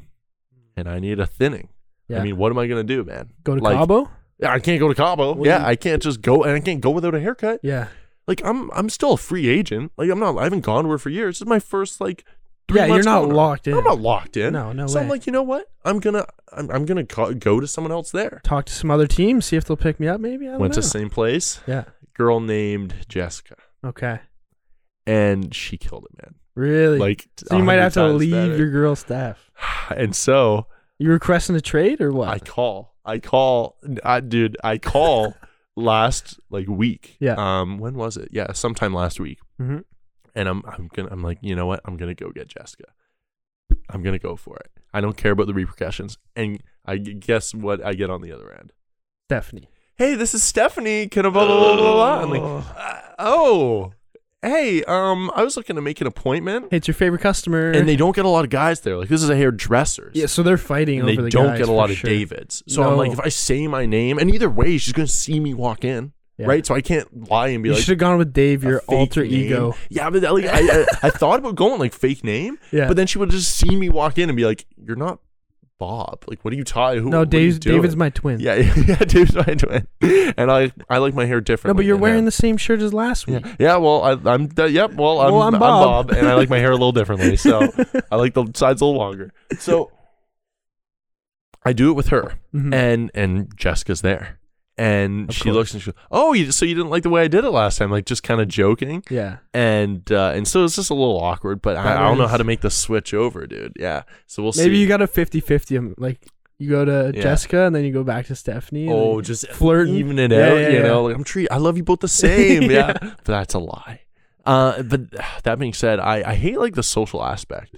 Speaker 3: and I need a thinning. I
Speaker 4: Yeah.
Speaker 3: mean, what am I gonna do, man?
Speaker 4: Go to
Speaker 3: Like,
Speaker 4: Cabo?
Speaker 3: I can't go to Cabo.
Speaker 4: What do
Speaker 3: yeah,
Speaker 4: you-
Speaker 3: I can't just go, and I can't go without a haircut.
Speaker 4: Yeah.
Speaker 3: Like I'm, I'm still a free agent. Like I'm not. I haven't gone to her for years. This is my first like. Three
Speaker 4: Yeah, you're
Speaker 3: months
Speaker 4: not
Speaker 3: going to her.
Speaker 4: locked in.
Speaker 3: I'm not locked in.
Speaker 4: No, no
Speaker 3: So I'm
Speaker 4: way.
Speaker 3: like, you know what? I'm gonna, I'm, I'm gonna co- go to someone else there.
Speaker 4: Talk to some other teams, see if they'll pick me up. Maybe I don't
Speaker 3: Went
Speaker 4: know.
Speaker 3: to same place.
Speaker 4: yeah.
Speaker 3: Girl named Jessica,
Speaker 4: Okay.
Speaker 3: and she killed it, man.
Speaker 4: Really?
Speaker 3: Like
Speaker 4: so you might
Speaker 3: 100
Speaker 4: have to
Speaker 3: times
Speaker 4: leave
Speaker 3: better.
Speaker 4: your girl staff.
Speaker 3: And so
Speaker 4: You requesting a trade or what?
Speaker 3: I call, I call, I dude, I call last like week.
Speaker 4: Yeah.
Speaker 3: Um, when was it? Yeah, sometime last week.
Speaker 4: Mhm.
Speaker 3: And I'm, I'm gonna, I'm like, you know what? I'm gonna go get Jessica. I'm gonna go for it. I don't care about the repercussions. And I g- guess what I get on the other end.
Speaker 4: Stephanie.
Speaker 3: hey, this is Stephanie. Can I blah blah blah blah blah? I'm like, uh, oh, hey, um, I was looking to make an appointment,
Speaker 4: Hey, it's your favorite customer.
Speaker 3: and they don't get a lot of guys there. Like, this is a hairdresser.
Speaker 4: yeah, so they're fighting
Speaker 3: And they
Speaker 4: over the
Speaker 3: don't
Speaker 4: guys
Speaker 3: get a
Speaker 4: for
Speaker 3: lot of
Speaker 4: sure.
Speaker 3: Davids. So I'm
Speaker 4: No.
Speaker 3: like, if I say my name, and either way, she's gonna see me walk in,
Speaker 4: Yeah.
Speaker 3: right? So I can't lie and be
Speaker 4: You
Speaker 3: like.
Speaker 4: should have gone with Dave,
Speaker 3: a
Speaker 4: your
Speaker 3: fake
Speaker 4: alter
Speaker 3: name.
Speaker 4: ego.
Speaker 3: Yeah, but like, I, I, I thought about going like fake name.
Speaker 4: Yeah.
Speaker 3: But then she would just see me walk in and be like, "You're not Bob. Like, what are you talking?
Speaker 4: No, Dave's, David's my twin.
Speaker 3: Yeah, yeah, Dave's my twin. And I, I like my hair
Speaker 4: No,
Speaker 3: different.
Speaker 4: but you're wearing the same shirt as last week.
Speaker 3: Yeah, yeah. Well, I, I'm. d- Yep. Well, I'm.
Speaker 4: Well,
Speaker 3: I'm,
Speaker 4: I'm
Speaker 3: Bob.
Speaker 4: Bob.
Speaker 3: and I like my hair a little differently. So I like the sides a little longer. So I do it with her,
Speaker 4: Mhm.
Speaker 3: and and Jessica's there, and
Speaker 4: Of
Speaker 3: she
Speaker 4: course.
Speaker 3: looks and she goes, "Oh, you, so you didn't like the way I did it last time? Like just kind of joking."
Speaker 4: Yeah.
Speaker 3: And uh, and so it's just a little awkward, but I,
Speaker 4: That
Speaker 3: I don't know
Speaker 4: is-
Speaker 3: how to make the switch over, dude. Yeah. So we'll see.
Speaker 4: Maybe you got a 50-50. um, Like you go to
Speaker 3: Yeah.
Speaker 4: Jessica and then you go back to Stephanie. and
Speaker 3: Oh,
Speaker 4: then-
Speaker 3: just flirting,
Speaker 4: flirting.
Speaker 3: even it
Speaker 4: Yeah,
Speaker 3: out.
Speaker 4: yeah,
Speaker 3: you
Speaker 4: yeah.
Speaker 3: know, like I'm treat. I love you both the same. yeah.
Speaker 4: Yeah.
Speaker 3: but that's a lie. Uh, but that being said, I, I hate like the social aspect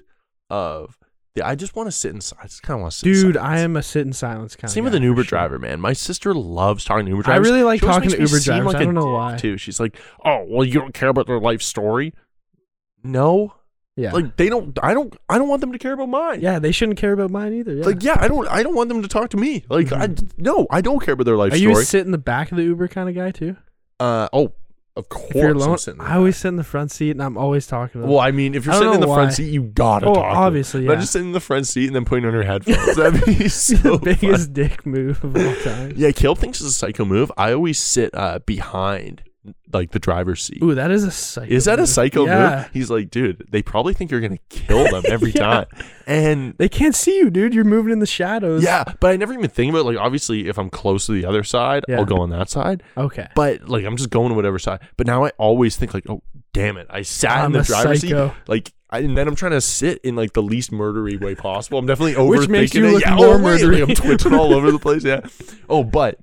Speaker 3: of. The, I just want to sit inside. I just kind of want to sit. in
Speaker 4: dude, I
Speaker 3: silence.
Speaker 4: am a sit in silence kind of.
Speaker 3: Same with
Speaker 4: guy,
Speaker 3: an Uber
Speaker 4: for sure.
Speaker 3: driver, man. My sister loves talking to Uber
Speaker 4: I
Speaker 3: drivers.
Speaker 4: really like
Speaker 3: She always
Speaker 4: talking
Speaker 3: makes
Speaker 4: to
Speaker 3: me
Speaker 4: Uber
Speaker 3: seem
Speaker 4: drivers.
Speaker 3: like
Speaker 4: I
Speaker 3: a
Speaker 4: don't know
Speaker 3: dick,
Speaker 4: why.
Speaker 3: Too. She's like, oh, well, you don't care about their life story. No,
Speaker 4: Yeah.
Speaker 3: like they don't. I don't. I don't want them to care about mine.
Speaker 4: yeah, they shouldn't care about mine either. Yeah. Mm-hmm.
Speaker 3: Like yeah, I don't. I don't want them to talk to me. Like I no, I don't care about their life
Speaker 4: Are
Speaker 3: story.
Speaker 4: you a sit in the back of the Uber kind of guy too?
Speaker 3: uh oh Of course,
Speaker 4: If you're
Speaker 3: I'm
Speaker 4: alone,
Speaker 3: sitting in the
Speaker 4: I always sit in the front seat and I'm always talking to them.
Speaker 3: Well, I mean, if you're
Speaker 4: I don't
Speaker 3: sitting in the
Speaker 4: know
Speaker 3: front
Speaker 4: why.
Speaker 3: seat, you gotta
Speaker 4: Oh,
Speaker 3: talk. to them.
Speaker 4: obviously,
Speaker 3: Not
Speaker 4: yeah.
Speaker 3: just sitting in the front seat and then putting on your headphones. That'd be so
Speaker 4: the biggest
Speaker 3: fun.
Speaker 4: dick move of all time.
Speaker 3: Yeah, Caleb thinks it's a psycho move. I always sit uh, behind, like the driver's seat.
Speaker 4: Ooh, that is a psycho.
Speaker 3: Is that a
Speaker 4: move.
Speaker 3: psycho
Speaker 4: Yeah.
Speaker 3: move? He's like, dude, they probably think you're gonna kill them every
Speaker 4: Yeah.
Speaker 3: time. And
Speaker 4: They can't see you, dude. You're moving in the shadows.
Speaker 3: yeah, but I never even think about like obviously if I'm close to the other side,
Speaker 4: Yeah.
Speaker 3: I'll go on that side.
Speaker 4: Okay.
Speaker 3: But like I'm just going to whatever side. But now I always think like, oh damn it, I sat
Speaker 4: I'm
Speaker 3: in the
Speaker 4: a
Speaker 3: driver's
Speaker 4: psycho.
Speaker 3: seat. Like I, and then I'm trying to sit in like the least murdery way possible. I'm definitely overthinking
Speaker 4: Which makes you
Speaker 3: it.
Speaker 4: look
Speaker 3: yeah,
Speaker 4: more
Speaker 3: oh, wait, like,
Speaker 4: murdery.
Speaker 3: I'm twitching all over the place. Yeah. Oh, but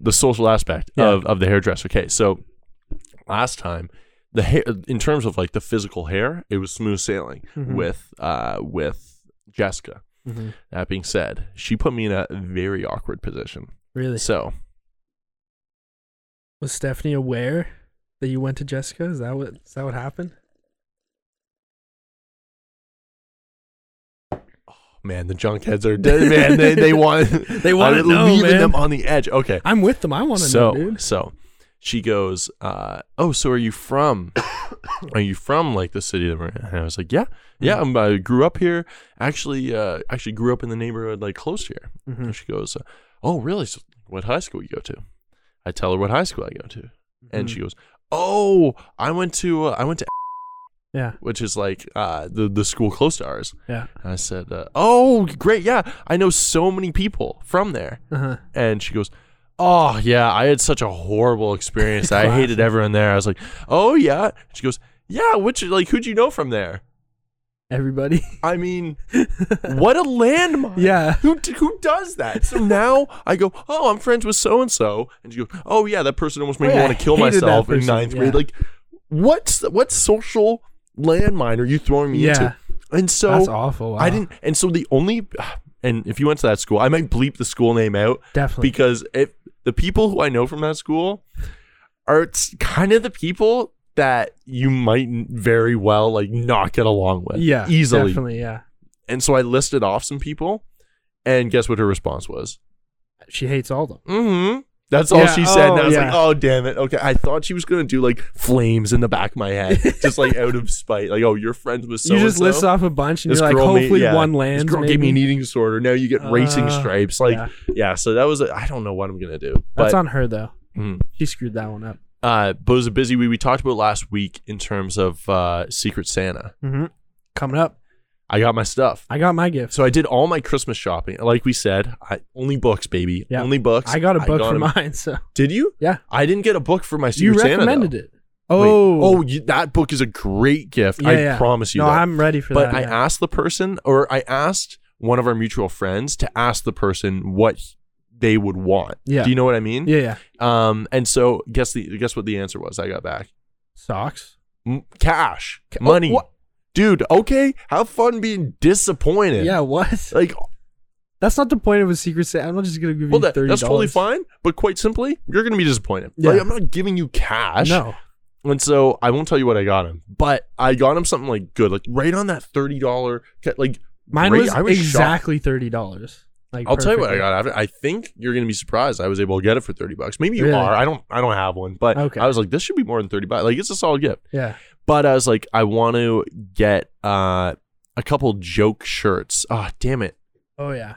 Speaker 3: the social aspect
Speaker 4: Yeah.
Speaker 3: of, of the hairdresser. Okay, so last time the hair in terms of like the physical hair, it was smooth sailing
Speaker 4: Mhm.
Speaker 3: with uh with Jessica.
Speaker 4: Mhm.
Speaker 3: That being said, she put me in a very awkward position.
Speaker 4: Really?
Speaker 3: So
Speaker 4: Was Stephanie aware that you went to Jessica? Is that what is that what happened?
Speaker 3: man, the junkheads are dead. Man, they they want
Speaker 4: They wanna
Speaker 3: I'm
Speaker 4: know,
Speaker 3: leaving
Speaker 4: man.
Speaker 3: them on the edge. Okay,
Speaker 4: I'm with them. I want to
Speaker 3: so
Speaker 4: know, dude.
Speaker 3: so she goes, uh, oh, so are you from? are you from like the city that we're in? And I was like, yeah, yeah.
Speaker 4: Mm-hmm.
Speaker 3: I'm, I grew up here. Actually, uh, actually grew up in the neighborhood like close here.
Speaker 4: Mm-hmm.
Speaker 3: And she goes, uh, oh, really? So what high school you go to? I tell her what high school I go to, and
Speaker 4: Mhm.
Speaker 3: she goes, oh, I went to uh, I went to
Speaker 4: Yeah.
Speaker 3: which is like uh, the the school close to ours.
Speaker 4: Yeah.
Speaker 3: And I said, uh, "Oh, great, yeah, I know so many people from there."
Speaker 4: Uh huh.
Speaker 3: And she goes, "Oh, yeah, I had such a horrible experience. I hated everyone there." I was like, "Oh yeah." She goes, "Yeah, which like who'd you know from there?"
Speaker 4: Everybody.
Speaker 3: I mean, what a landmine.
Speaker 4: Yeah.
Speaker 3: Who, d- who does that? So now I go, oh, I'm friends with so and so. And she goes, oh, yeah, that person almost made
Speaker 4: Oh,
Speaker 3: me
Speaker 4: yeah,
Speaker 3: want
Speaker 4: I
Speaker 3: to kill
Speaker 4: hated that
Speaker 3: myself in
Speaker 4: person,
Speaker 3: ninth grade.
Speaker 4: yeah.
Speaker 3: Like, what's what social landmine are you throwing me
Speaker 4: Yeah.
Speaker 3: into? And so
Speaker 4: That's awful. Wow.
Speaker 3: I didn't. And so the only, and if you went to that school, I might bleep the school name out
Speaker 4: definitely.
Speaker 3: because if the people who I know from that school are it's kind of the people that you might very well like not get along with
Speaker 4: yeah.
Speaker 3: easily
Speaker 4: Definitely. Yeah.
Speaker 3: and so I listed off some people, and guess what her response was?
Speaker 4: She hates all of them.
Speaker 3: Mm-hmm. That's all
Speaker 4: Yeah,
Speaker 3: she said. and I
Speaker 4: oh,
Speaker 3: was like,
Speaker 4: yeah.
Speaker 3: oh, damn it. Okay. I thought she was going to do like flames in the back of my head, just like out of spite. Like, oh, your friend was so. uh,
Speaker 4: you just list off a bunch and
Speaker 3: This
Speaker 4: you're like,
Speaker 3: girl made-
Speaker 4: hopefully
Speaker 3: yeah,
Speaker 4: one
Speaker 3: This
Speaker 4: lands.
Speaker 3: girl gave me an eating disorder. Now you get racing
Speaker 4: Uh,
Speaker 3: stripes. Like,
Speaker 4: yeah.
Speaker 3: yeah. So that was, I I don't know what I'm going to do. But,
Speaker 4: That's on her though.
Speaker 3: Mm.
Speaker 4: She screwed that one up.
Speaker 3: uh, but it was a busy week. We talked about last week in terms of uh, Secret Santa.
Speaker 4: Mm-hmm. Coming up,
Speaker 3: I got my stuff.
Speaker 4: I got my gift.
Speaker 3: So I did all my Christmas shopping. Like we said, I, only books, baby.
Speaker 4: Yeah.
Speaker 3: Only books.
Speaker 4: I got a book for
Speaker 3: a-
Speaker 4: mine. So
Speaker 3: Did you?
Speaker 4: Yeah.
Speaker 3: I didn't get a book for my
Speaker 4: you
Speaker 3: Secret Santa.
Speaker 4: recommended it. Oh.
Speaker 3: oh, you, that book is a great gift. I promise you.
Speaker 4: No,
Speaker 3: that.
Speaker 4: I'm ready for
Speaker 3: but
Speaker 4: that.
Speaker 3: I
Speaker 4: yeah.
Speaker 3: asked the person, or I asked one of our mutual friends to ask the person what they would want.
Speaker 4: Yeah.
Speaker 3: Do you know what I mean?
Speaker 4: Yeah, yeah.
Speaker 3: Um, and so guess the guess what the answer was. I got back
Speaker 4: Socks.
Speaker 3: M- cash,
Speaker 4: Ca- oh,
Speaker 3: money,
Speaker 4: what?
Speaker 3: dude. Okay, have fun being disappointed.
Speaker 4: Yeah, what?
Speaker 3: Like,
Speaker 4: That's not the point of a secret Santa. I'm not just gonna give
Speaker 3: well,
Speaker 4: you
Speaker 3: that,
Speaker 4: thirty.
Speaker 3: that's totally fine. But quite simply, you're gonna be disappointed.
Speaker 4: Yeah.
Speaker 3: Like, I'm not giving you cash.
Speaker 4: No,
Speaker 3: And so I won't tell you what I got him, but I got him something like good, like right on that thirty dollar. Like
Speaker 4: mine
Speaker 3: rate.
Speaker 4: was,
Speaker 3: I was shocked.
Speaker 4: exactly thirty dollars. Like
Speaker 3: I'll tell you what I
Speaker 4: perfectly.
Speaker 3: got after. I think you're gonna be surprised. I was able to get it for thirty bucks. Maybe you
Speaker 4: Really?
Speaker 3: are. I don't. I don't have one, but
Speaker 4: Okay.
Speaker 3: I was like, this should be more than thirty bucks. Like it's a solid gift.
Speaker 4: Yeah,
Speaker 3: But I was like, I want to get uh, a couple joke shirts. Ah, damn it.
Speaker 4: oh yeah.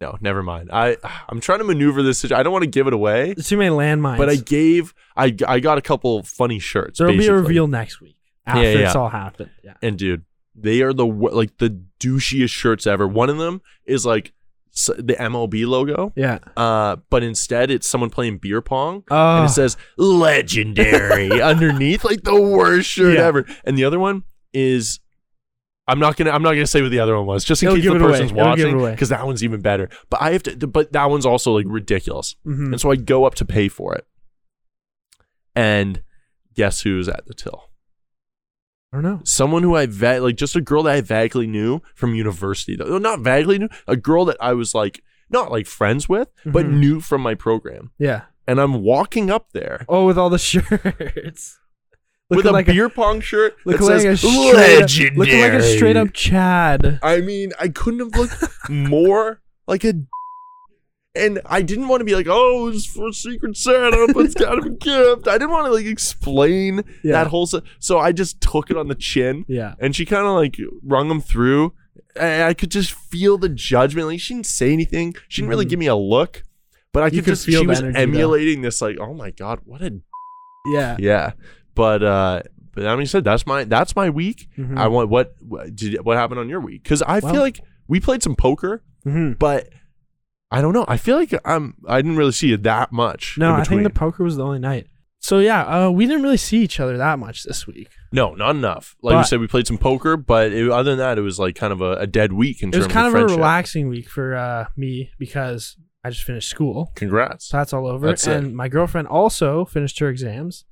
Speaker 3: No, never mind. I I'm trying to maneuver this. situ- I don't want to give it away,
Speaker 4: There's too many landmines.
Speaker 3: but I gave. I I got a couple funny shirts.
Speaker 4: there'll be a
Speaker 3: basically.
Speaker 4: reveal next week after
Speaker 3: yeah,
Speaker 4: it's
Speaker 3: yeah.
Speaker 4: all happened. Yeah,
Speaker 3: and dude, they are the wo- like the douchiest shirts ever. One of them is like s- the MLB logo,
Speaker 4: yeah.
Speaker 3: uh, but instead it's someone playing beer pong.
Speaker 4: Oh,
Speaker 3: And it says legendary underneath, like the worst shirt
Speaker 4: Yeah.
Speaker 3: ever. And the other one is, I'm not gonna, I'm not gonna say what the other one was, just in
Speaker 4: It'll
Speaker 3: case
Speaker 4: give
Speaker 3: the
Speaker 4: it away.
Speaker 3: person's
Speaker 4: It'll give it
Speaker 3: watching,
Speaker 4: away.
Speaker 3: because that one's even better. But I have to, but that one's also like ridiculous.
Speaker 4: Mhm.
Speaker 3: And so I go up to pay for it, and guess who's at the till?
Speaker 4: I don't know.
Speaker 3: someone who I va- like just a girl that I vaguely knew from university. Though not vaguely knew, a girl that I was like not like friends with, but
Speaker 4: Mhm.
Speaker 3: knew from my program.
Speaker 4: Yeah.
Speaker 3: And I'm walking up there
Speaker 4: Oh, with all the shirts.
Speaker 3: with
Speaker 4: Looking
Speaker 3: a
Speaker 4: like
Speaker 3: beer pong shirt that
Speaker 4: looking like a
Speaker 3: says
Speaker 4: straight up,
Speaker 3: legendary.
Speaker 4: looking like a straight up Chad.
Speaker 3: I mean, I couldn't have looked more like a. And I didn't want to be like, oh, it's for Secret Santa, but it's kind of a gift. I didn't want to like explain
Speaker 4: Yeah.
Speaker 3: that whole. se- So I just took it on the chin,
Speaker 4: Yeah.
Speaker 3: and she kind of like rung him through. And I could just feel the judgment. Like she didn't say anything. She didn't really
Speaker 4: Mhm.
Speaker 3: give me a look, but I
Speaker 4: You
Speaker 3: could,
Speaker 4: could
Speaker 3: just
Speaker 4: feel
Speaker 3: she
Speaker 4: the
Speaker 3: was
Speaker 4: energy, though.
Speaker 3: emulating this. Like, oh my god, what a
Speaker 4: Yeah.
Speaker 3: yeah. But uh, but I mean, said that's my that's my week.
Speaker 4: Mhm.
Speaker 3: I want what what did what happened on your week? Because I
Speaker 4: Well-
Speaker 3: feel like we played some poker,
Speaker 4: Mhm.
Speaker 3: but I don't know. I feel like I'm I didn't really see it that much.
Speaker 4: No,
Speaker 3: in
Speaker 4: I think
Speaker 3: between.
Speaker 4: the poker was the only night. So yeah, uh, we didn't really see each other that much this week.
Speaker 3: no, not enough. Like
Speaker 4: But-
Speaker 3: we said, we played some poker, but it, other than that, it was like kind of a, a dead week in
Speaker 4: It was
Speaker 3: terms
Speaker 4: kind of
Speaker 3: of friendship.
Speaker 4: a relaxing week for uh, me because I just finished school,
Speaker 3: Congrats.
Speaker 4: so that's all over.
Speaker 3: That's it.
Speaker 4: and my girlfriend also finished her exams,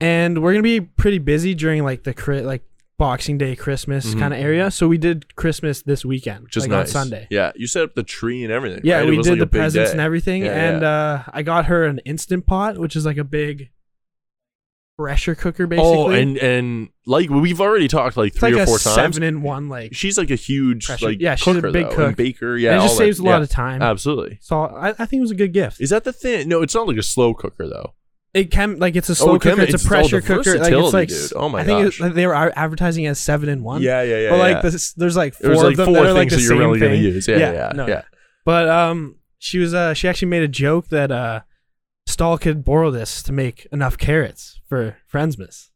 Speaker 4: and we're gonna be pretty busy during like the cri- like Boxing Day, Christmas
Speaker 3: Mhm.
Speaker 4: kind of area. So we did Christmas this weekend,
Speaker 3: Which is
Speaker 4: like
Speaker 3: nice.
Speaker 4: on Sunday.
Speaker 3: Yeah, you set up the tree and everything.
Speaker 4: Yeah,
Speaker 3: right? It
Speaker 4: we
Speaker 3: was
Speaker 4: did
Speaker 3: like a
Speaker 4: the
Speaker 3: big
Speaker 4: presents
Speaker 3: day.
Speaker 4: and everything,
Speaker 3: Yeah,
Speaker 4: and
Speaker 3: yeah.
Speaker 4: Uh, I got her an instant pot, which is like a big pressure cooker, basically.
Speaker 3: oh, and and like we've already talked like
Speaker 4: it's
Speaker 3: three
Speaker 4: like
Speaker 3: or
Speaker 4: a
Speaker 3: four times.
Speaker 4: seven in one, like
Speaker 3: she's like a huge
Speaker 4: Pressure-
Speaker 3: like
Speaker 4: yeah, she's a
Speaker 3: cooker,
Speaker 4: big
Speaker 3: though,
Speaker 4: cook.
Speaker 3: and baker. Yeah,
Speaker 4: it
Speaker 3: all
Speaker 4: just
Speaker 3: that-
Speaker 4: saves a lot
Speaker 3: yeah.
Speaker 4: of time.
Speaker 3: Absolutely.
Speaker 4: So I, I think it was a good gift.
Speaker 3: Is that the thing? No, it's not like a slow cooker though.
Speaker 4: It can like it's a slow
Speaker 3: Oh, it can
Speaker 4: cooker,
Speaker 3: be-
Speaker 4: it's,
Speaker 3: it's
Speaker 4: a
Speaker 3: all
Speaker 4: pressure
Speaker 3: the
Speaker 4: cooker. Like it's
Speaker 3: versatility,
Speaker 4: like
Speaker 3: dude. Oh my
Speaker 4: I think
Speaker 3: gosh.
Speaker 4: It, like, they were ad- advertising it as seven in one.
Speaker 3: Yeah, yeah, yeah,
Speaker 4: But
Speaker 3: yeah.
Speaker 4: like this, there's like four
Speaker 3: There's like
Speaker 4: of them
Speaker 3: four
Speaker 4: that are like
Speaker 3: things
Speaker 4: the
Speaker 3: that you're
Speaker 4: same
Speaker 3: really
Speaker 4: thing.
Speaker 3: gonna use. Yeah, yeah,
Speaker 4: no.
Speaker 3: yeah.
Speaker 4: But um, she was uh, she actually made a joke that uh, Stahl could borrow this to make enough carrots for Friendsmas.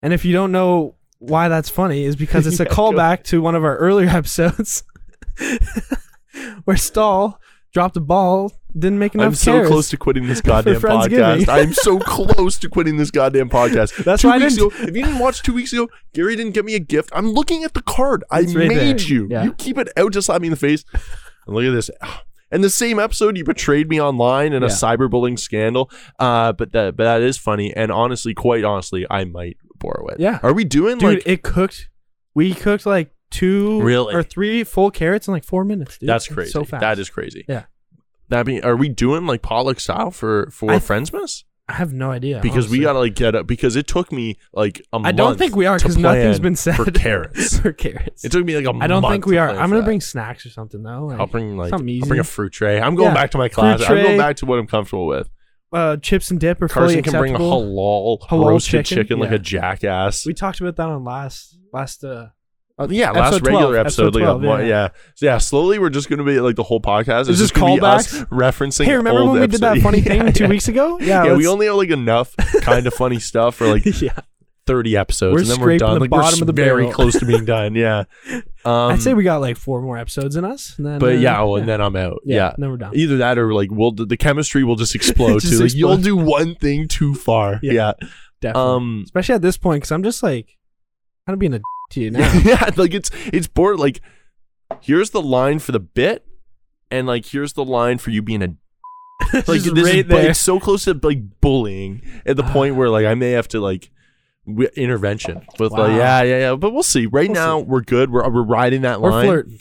Speaker 4: And if you don't know why that's funny, is because it's a
Speaker 3: Yeah, go
Speaker 4: callback to one of our earlier episodes where Stahl dropped a ball, didn't make enough
Speaker 3: I'm so
Speaker 4: carrots.
Speaker 3: close to quitting this goddamn
Speaker 4: Friendsgiving.
Speaker 3: podcast. I'm so close to quitting this goddamn podcast.
Speaker 4: That's
Speaker 3: two
Speaker 4: why I
Speaker 3: weeks
Speaker 4: didn't-
Speaker 3: ago, if you didn't watch two weeks ago, Gary didn't get me a gift. I'm looking at the card. I
Speaker 4: It's right
Speaker 3: made
Speaker 4: there.
Speaker 3: you.
Speaker 4: Yeah.
Speaker 3: You keep it out to slap me in the face. And look at this. In the same episode, you betrayed me online in a
Speaker 4: Yeah.
Speaker 3: cyberbullying scandal. Uh, but that but that is funny. And honestly, quite honestly, I might borrow it.
Speaker 4: Yeah.
Speaker 3: Are we doing
Speaker 4: dude
Speaker 3: like
Speaker 4: it cooked we cooked like two
Speaker 3: Really?
Speaker 4: or three full carrots in like four minutes dude.
Speaker 3: that's
Speaker 4: It's
Speaker 3: crazy?
Speaker 4: so fast
Speaker 3: That is crazy.
Speaker 4: yeah
Speaker 3: That mean, are we doing like pollock style for for
Speaker 4: I-
Speaker 3: Friendsmas?
Speaker 4: i have no idea
Speaker 3: Because we
Speaker 4: honestly.
Speaker 3: gotta like get up. Because it took me like a
Speaker 4: i
Speaker 3: month.
Speaker 4: don't think we are
Speaker 3: to
Speaker 4: because nothing's
Speaker 3: plan
Speaker 4: been said
Speaker 3: for carrots.
Speaker 4: for carrots
Speaker 3: It took me like a month.
Speaker 4: i don't think we
Speaker 3: to
Speaker 4: are
Speaker 3: plan
Speaker 4: i'm
Speaker 3: for
Speaker 4: gonna
Speaker 3: that.
Speaker 4: bring snacks or something though like,
Speaker 3: I'll bring like.
Speaker 4: something
Speaker 3: I'll
Speaker 4: easy.
Speaker 3: bring a fruit tray. I'm going
Speaker 4: Yeah.
Speaker 3: back to my
Speaker 4: Fruit
Speaker 3: class. I'm
Speaker 4: tray.
Speaker 3: going back to what I'm comfortable with.
Speaker 4: uh chips and dip or fully
Speaker 3: Carson can bring a
Speaker 4: acceptable
Speaker 3: halal,
Speaker 4: Halal
Speaker 3: roasted
Speaker 4: chicken?
Speaker 3: chicken, like
Speaker 4: Yeah.
Speaker 3: a jackass.
Speaker 4: we talked about that on last last uh
Speaker 3: Uh, yeah,
Speaker 4: Episode
Speaker 3: last
Speaker 4: 12,
Speaker 3: regular episode.
Speaker 4: episode
Speaker 3: like,
Speaker 4: 12,
Speaker 3: what-
Speaker 4: yeah.
Speaker 3: yeah. So, yeah, slowly we're just gonna be like the whole podcast.
Speaker 4: It's
Speaker 3: is
Speaker 4: just
Speaker 3: gonna be us
Speaker 4: callbacks.
Speaker 3: referencing.
Speaker 4: hey remember
Speaker 3: old
Speaker 4: when we did that
Speaker 3: episodes.
Speaker 4: funny
Speaker 3: Yeah,
Speaker 4: thing two
Speaker 3: yeah.
Speaker 4: weeks ago
Speaker 3: Yeah,
Speaker 4: yeah
Speaker 3: we
Speaker 4: let's-
Speaker 3: only have like enough kind of funny stuff for like
Speaker 4: yeah
Speaker 3: 30 episodes
Speaker 4: We're
Speaker 3: and then we're
Speaker 4: scraping
Speaker 3: done.
Speaker 4: the
Speaker 3: like
Speaker 4: bottom
Speaker 3: we're
Speaker 4: of the
Speaker 3: very
Speaker 4: barrel.
Speaker 3: close to being done. Yeah. Um,
Speaker 4: i'd say we got like four more episodes in us and then, uh,
Speaker 3: but yeah, oh, and then I'm out.
Speaker 4: yeah,
Speaker 3: Yeah.
Speaker 4: then we're done
Speaker 3: Either that or like we'll the chemistry will just explode
Speaker 4: Just
Speaker 3: too. Like you'll
Speaker 4: explode.
Speaker 3: do one thing too far.
Speaker 4: Yeah.
Speaker 3: Yeah.
Speaker 4: definitely
Speaker 3: Um
Speaker 4: especially at this point because I'm just like kind of being a d- to you now.
Speaker 3: yeah. like it's it's bored like here's the line for the bit and like here's the line for you being a like
Speaker 4: Just
Speaker 3: this
Speaker 4: right
Speaker 3: is bu-
Speaker 4: there. Ah.
Speaker 3: it's so close to like bullying at the point where like I may have to like w- intervention with
Speaker 4: Wow.
Speaker 3: like yeah yeah yeah but we'll see right
Speaker 4: We'll
Speaker 3: now we're good we're we're riding that
Speaker 4: We're
Speaker 3: line
Speaker 4: flirting.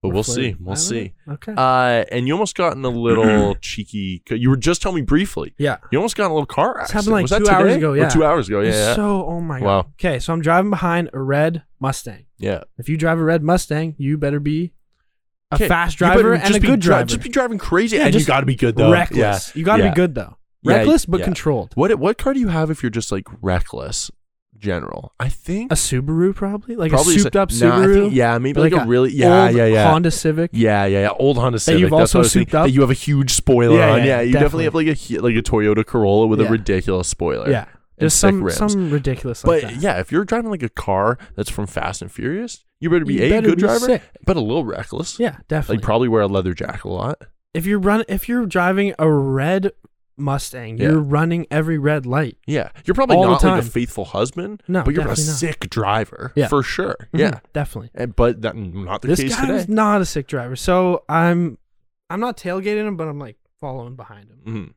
Speaker 3: but
Speaker 4: We're
Speaker 3: we'll
Speaker 4: flirting.
Speaker 3: see we'll
Speaker 4: I don't
Speaker 3: see
Speaker 4: know. Okay.
Speaker 3: uh and you almost gotten a little cheeky you were just telling me briefly
Speaker 4: yeah.
Speaker 3: you almost got in a little car accident
Speaker 4: This happened, like,
Speaker 3: was that
Speaker 4: two hours
Speaker 3: today?
Speaker 4: ago,
Speaker 3: Or
Speaker 4: yeah.
Speaker 3: two hours ago yeah
Speaker 4: It's
Speaker 3: yeah
Speaker 4: So, oh my god.
Speaker 3: Wow.
Speaker 4: Okay, so I'm driving behind a red Mustang.
Speaker 3: yeah
Speaker 4: If you drive a red Mustang, you better be a
Speaker 3: Okay,
Speaker 4: fast
Speaker 3: you better
Speaker 4: driver and
Speaker 3: just
Speaker 4: a
Speaker 3: be
Speaker 4: good
Speaker 3: dri-
Speaker 4: driver.
Speaker 3: just be driving crazy
Speaker 4: Yeah,
Speaker 3: and you
Speaker 4: just
Speaker 3: gotta be good though
Speaker 4: reckless.
Speaker 3: yeah.
Speaker 4: You got to
Speaker 3: yeah.
Speaker 4: be good though.
Speaker 3: Yeah,
Speaker 4: Reckless but
Speaker 3: yeah.
Speaker 4: controlled.
Speaker 3: What what car do you have if you're just like reckless, general? I think
Speaker 4: A Subaru probably, like
Speaker 3: probably
Speaker 4: a
Speaker 3: is
Speaker 4: souped up
Speaker 3: nah, I
Speaker 4: Subaru.
Speaker 3: think- yeah, maybe
Speaker 4: but
Speaker 3: like, a, really yeah
Speaker 4: old
Speaker 3: yeah yeah.
Speaker 4: Honda Civic.
Speaker 3: yeah, yeah, yeah. Old Honda Civic.
Speaker 4: you've
Speaker 3: That's
Speaker 4: also
Speaker 3: what I was thinking,
Speaker 4: souped up?
Speaker 3: That you have a huge spoiler
Speaker 4: Yeah,
Speaker 3: on.
Speaker 4: yeah,
Speaker 3: Yeah, you definitely have like a hu- like a Toyota Corolla with
Speaker 4: Yeah.
Speaker 3: a ridiculous spoiler.
Speaker 4: Yeah.
Speaker 3: and
Speaker 4: Just
Speaker 3: sick
Speaker 4: some
Speaker 3: rims.
Speaker 4: some ridiculous like
Speaker 3: but
Speaker 4: that.
Speaker 3: yeah, if you're driving like a car that's from Fast and Furious, you better be
Speaker 4: You
Speaker 3: a
Speaker 4: better
Speaker 3: good
Speaker 4: be
Speaker 3: driver,
Speaker 4: sick.
Speaker 3: but a little reckless.
Speaker 4: Yeah, definitely.
Speaker 3: like probably wear a leather jacket a lot.
Speaker 4: if you're run if you're driving a red Mustang, you're
Speaker 3: Yeah.
Speaker 4: running every red light.
Speaker 3: Yeah, you're probably
Speaker 4: All the
Speaker 3: not like a
Speaker 4: time.
Speaker 3: faithful husband,
Speaker 4: No,
Speaker 3: but you're a
Speaker 4: definitely not.
Speaker 3: sick driver
Speaker 4: Yeah.
Speaker 3: for sure.
Speaker 4: Mhm,
Speaker 3: Yeah,
Speaker 4: definitely.
Speaker 3: And, but that not the
Speaker 4: This
Speaker 3: case
Speaker 4: guy
Speaker 3: today.
Speaker 4: was not a sick driver, so I'm I'm not tailgating him, but I'm like following behind him.
Speaker 3: Mhm.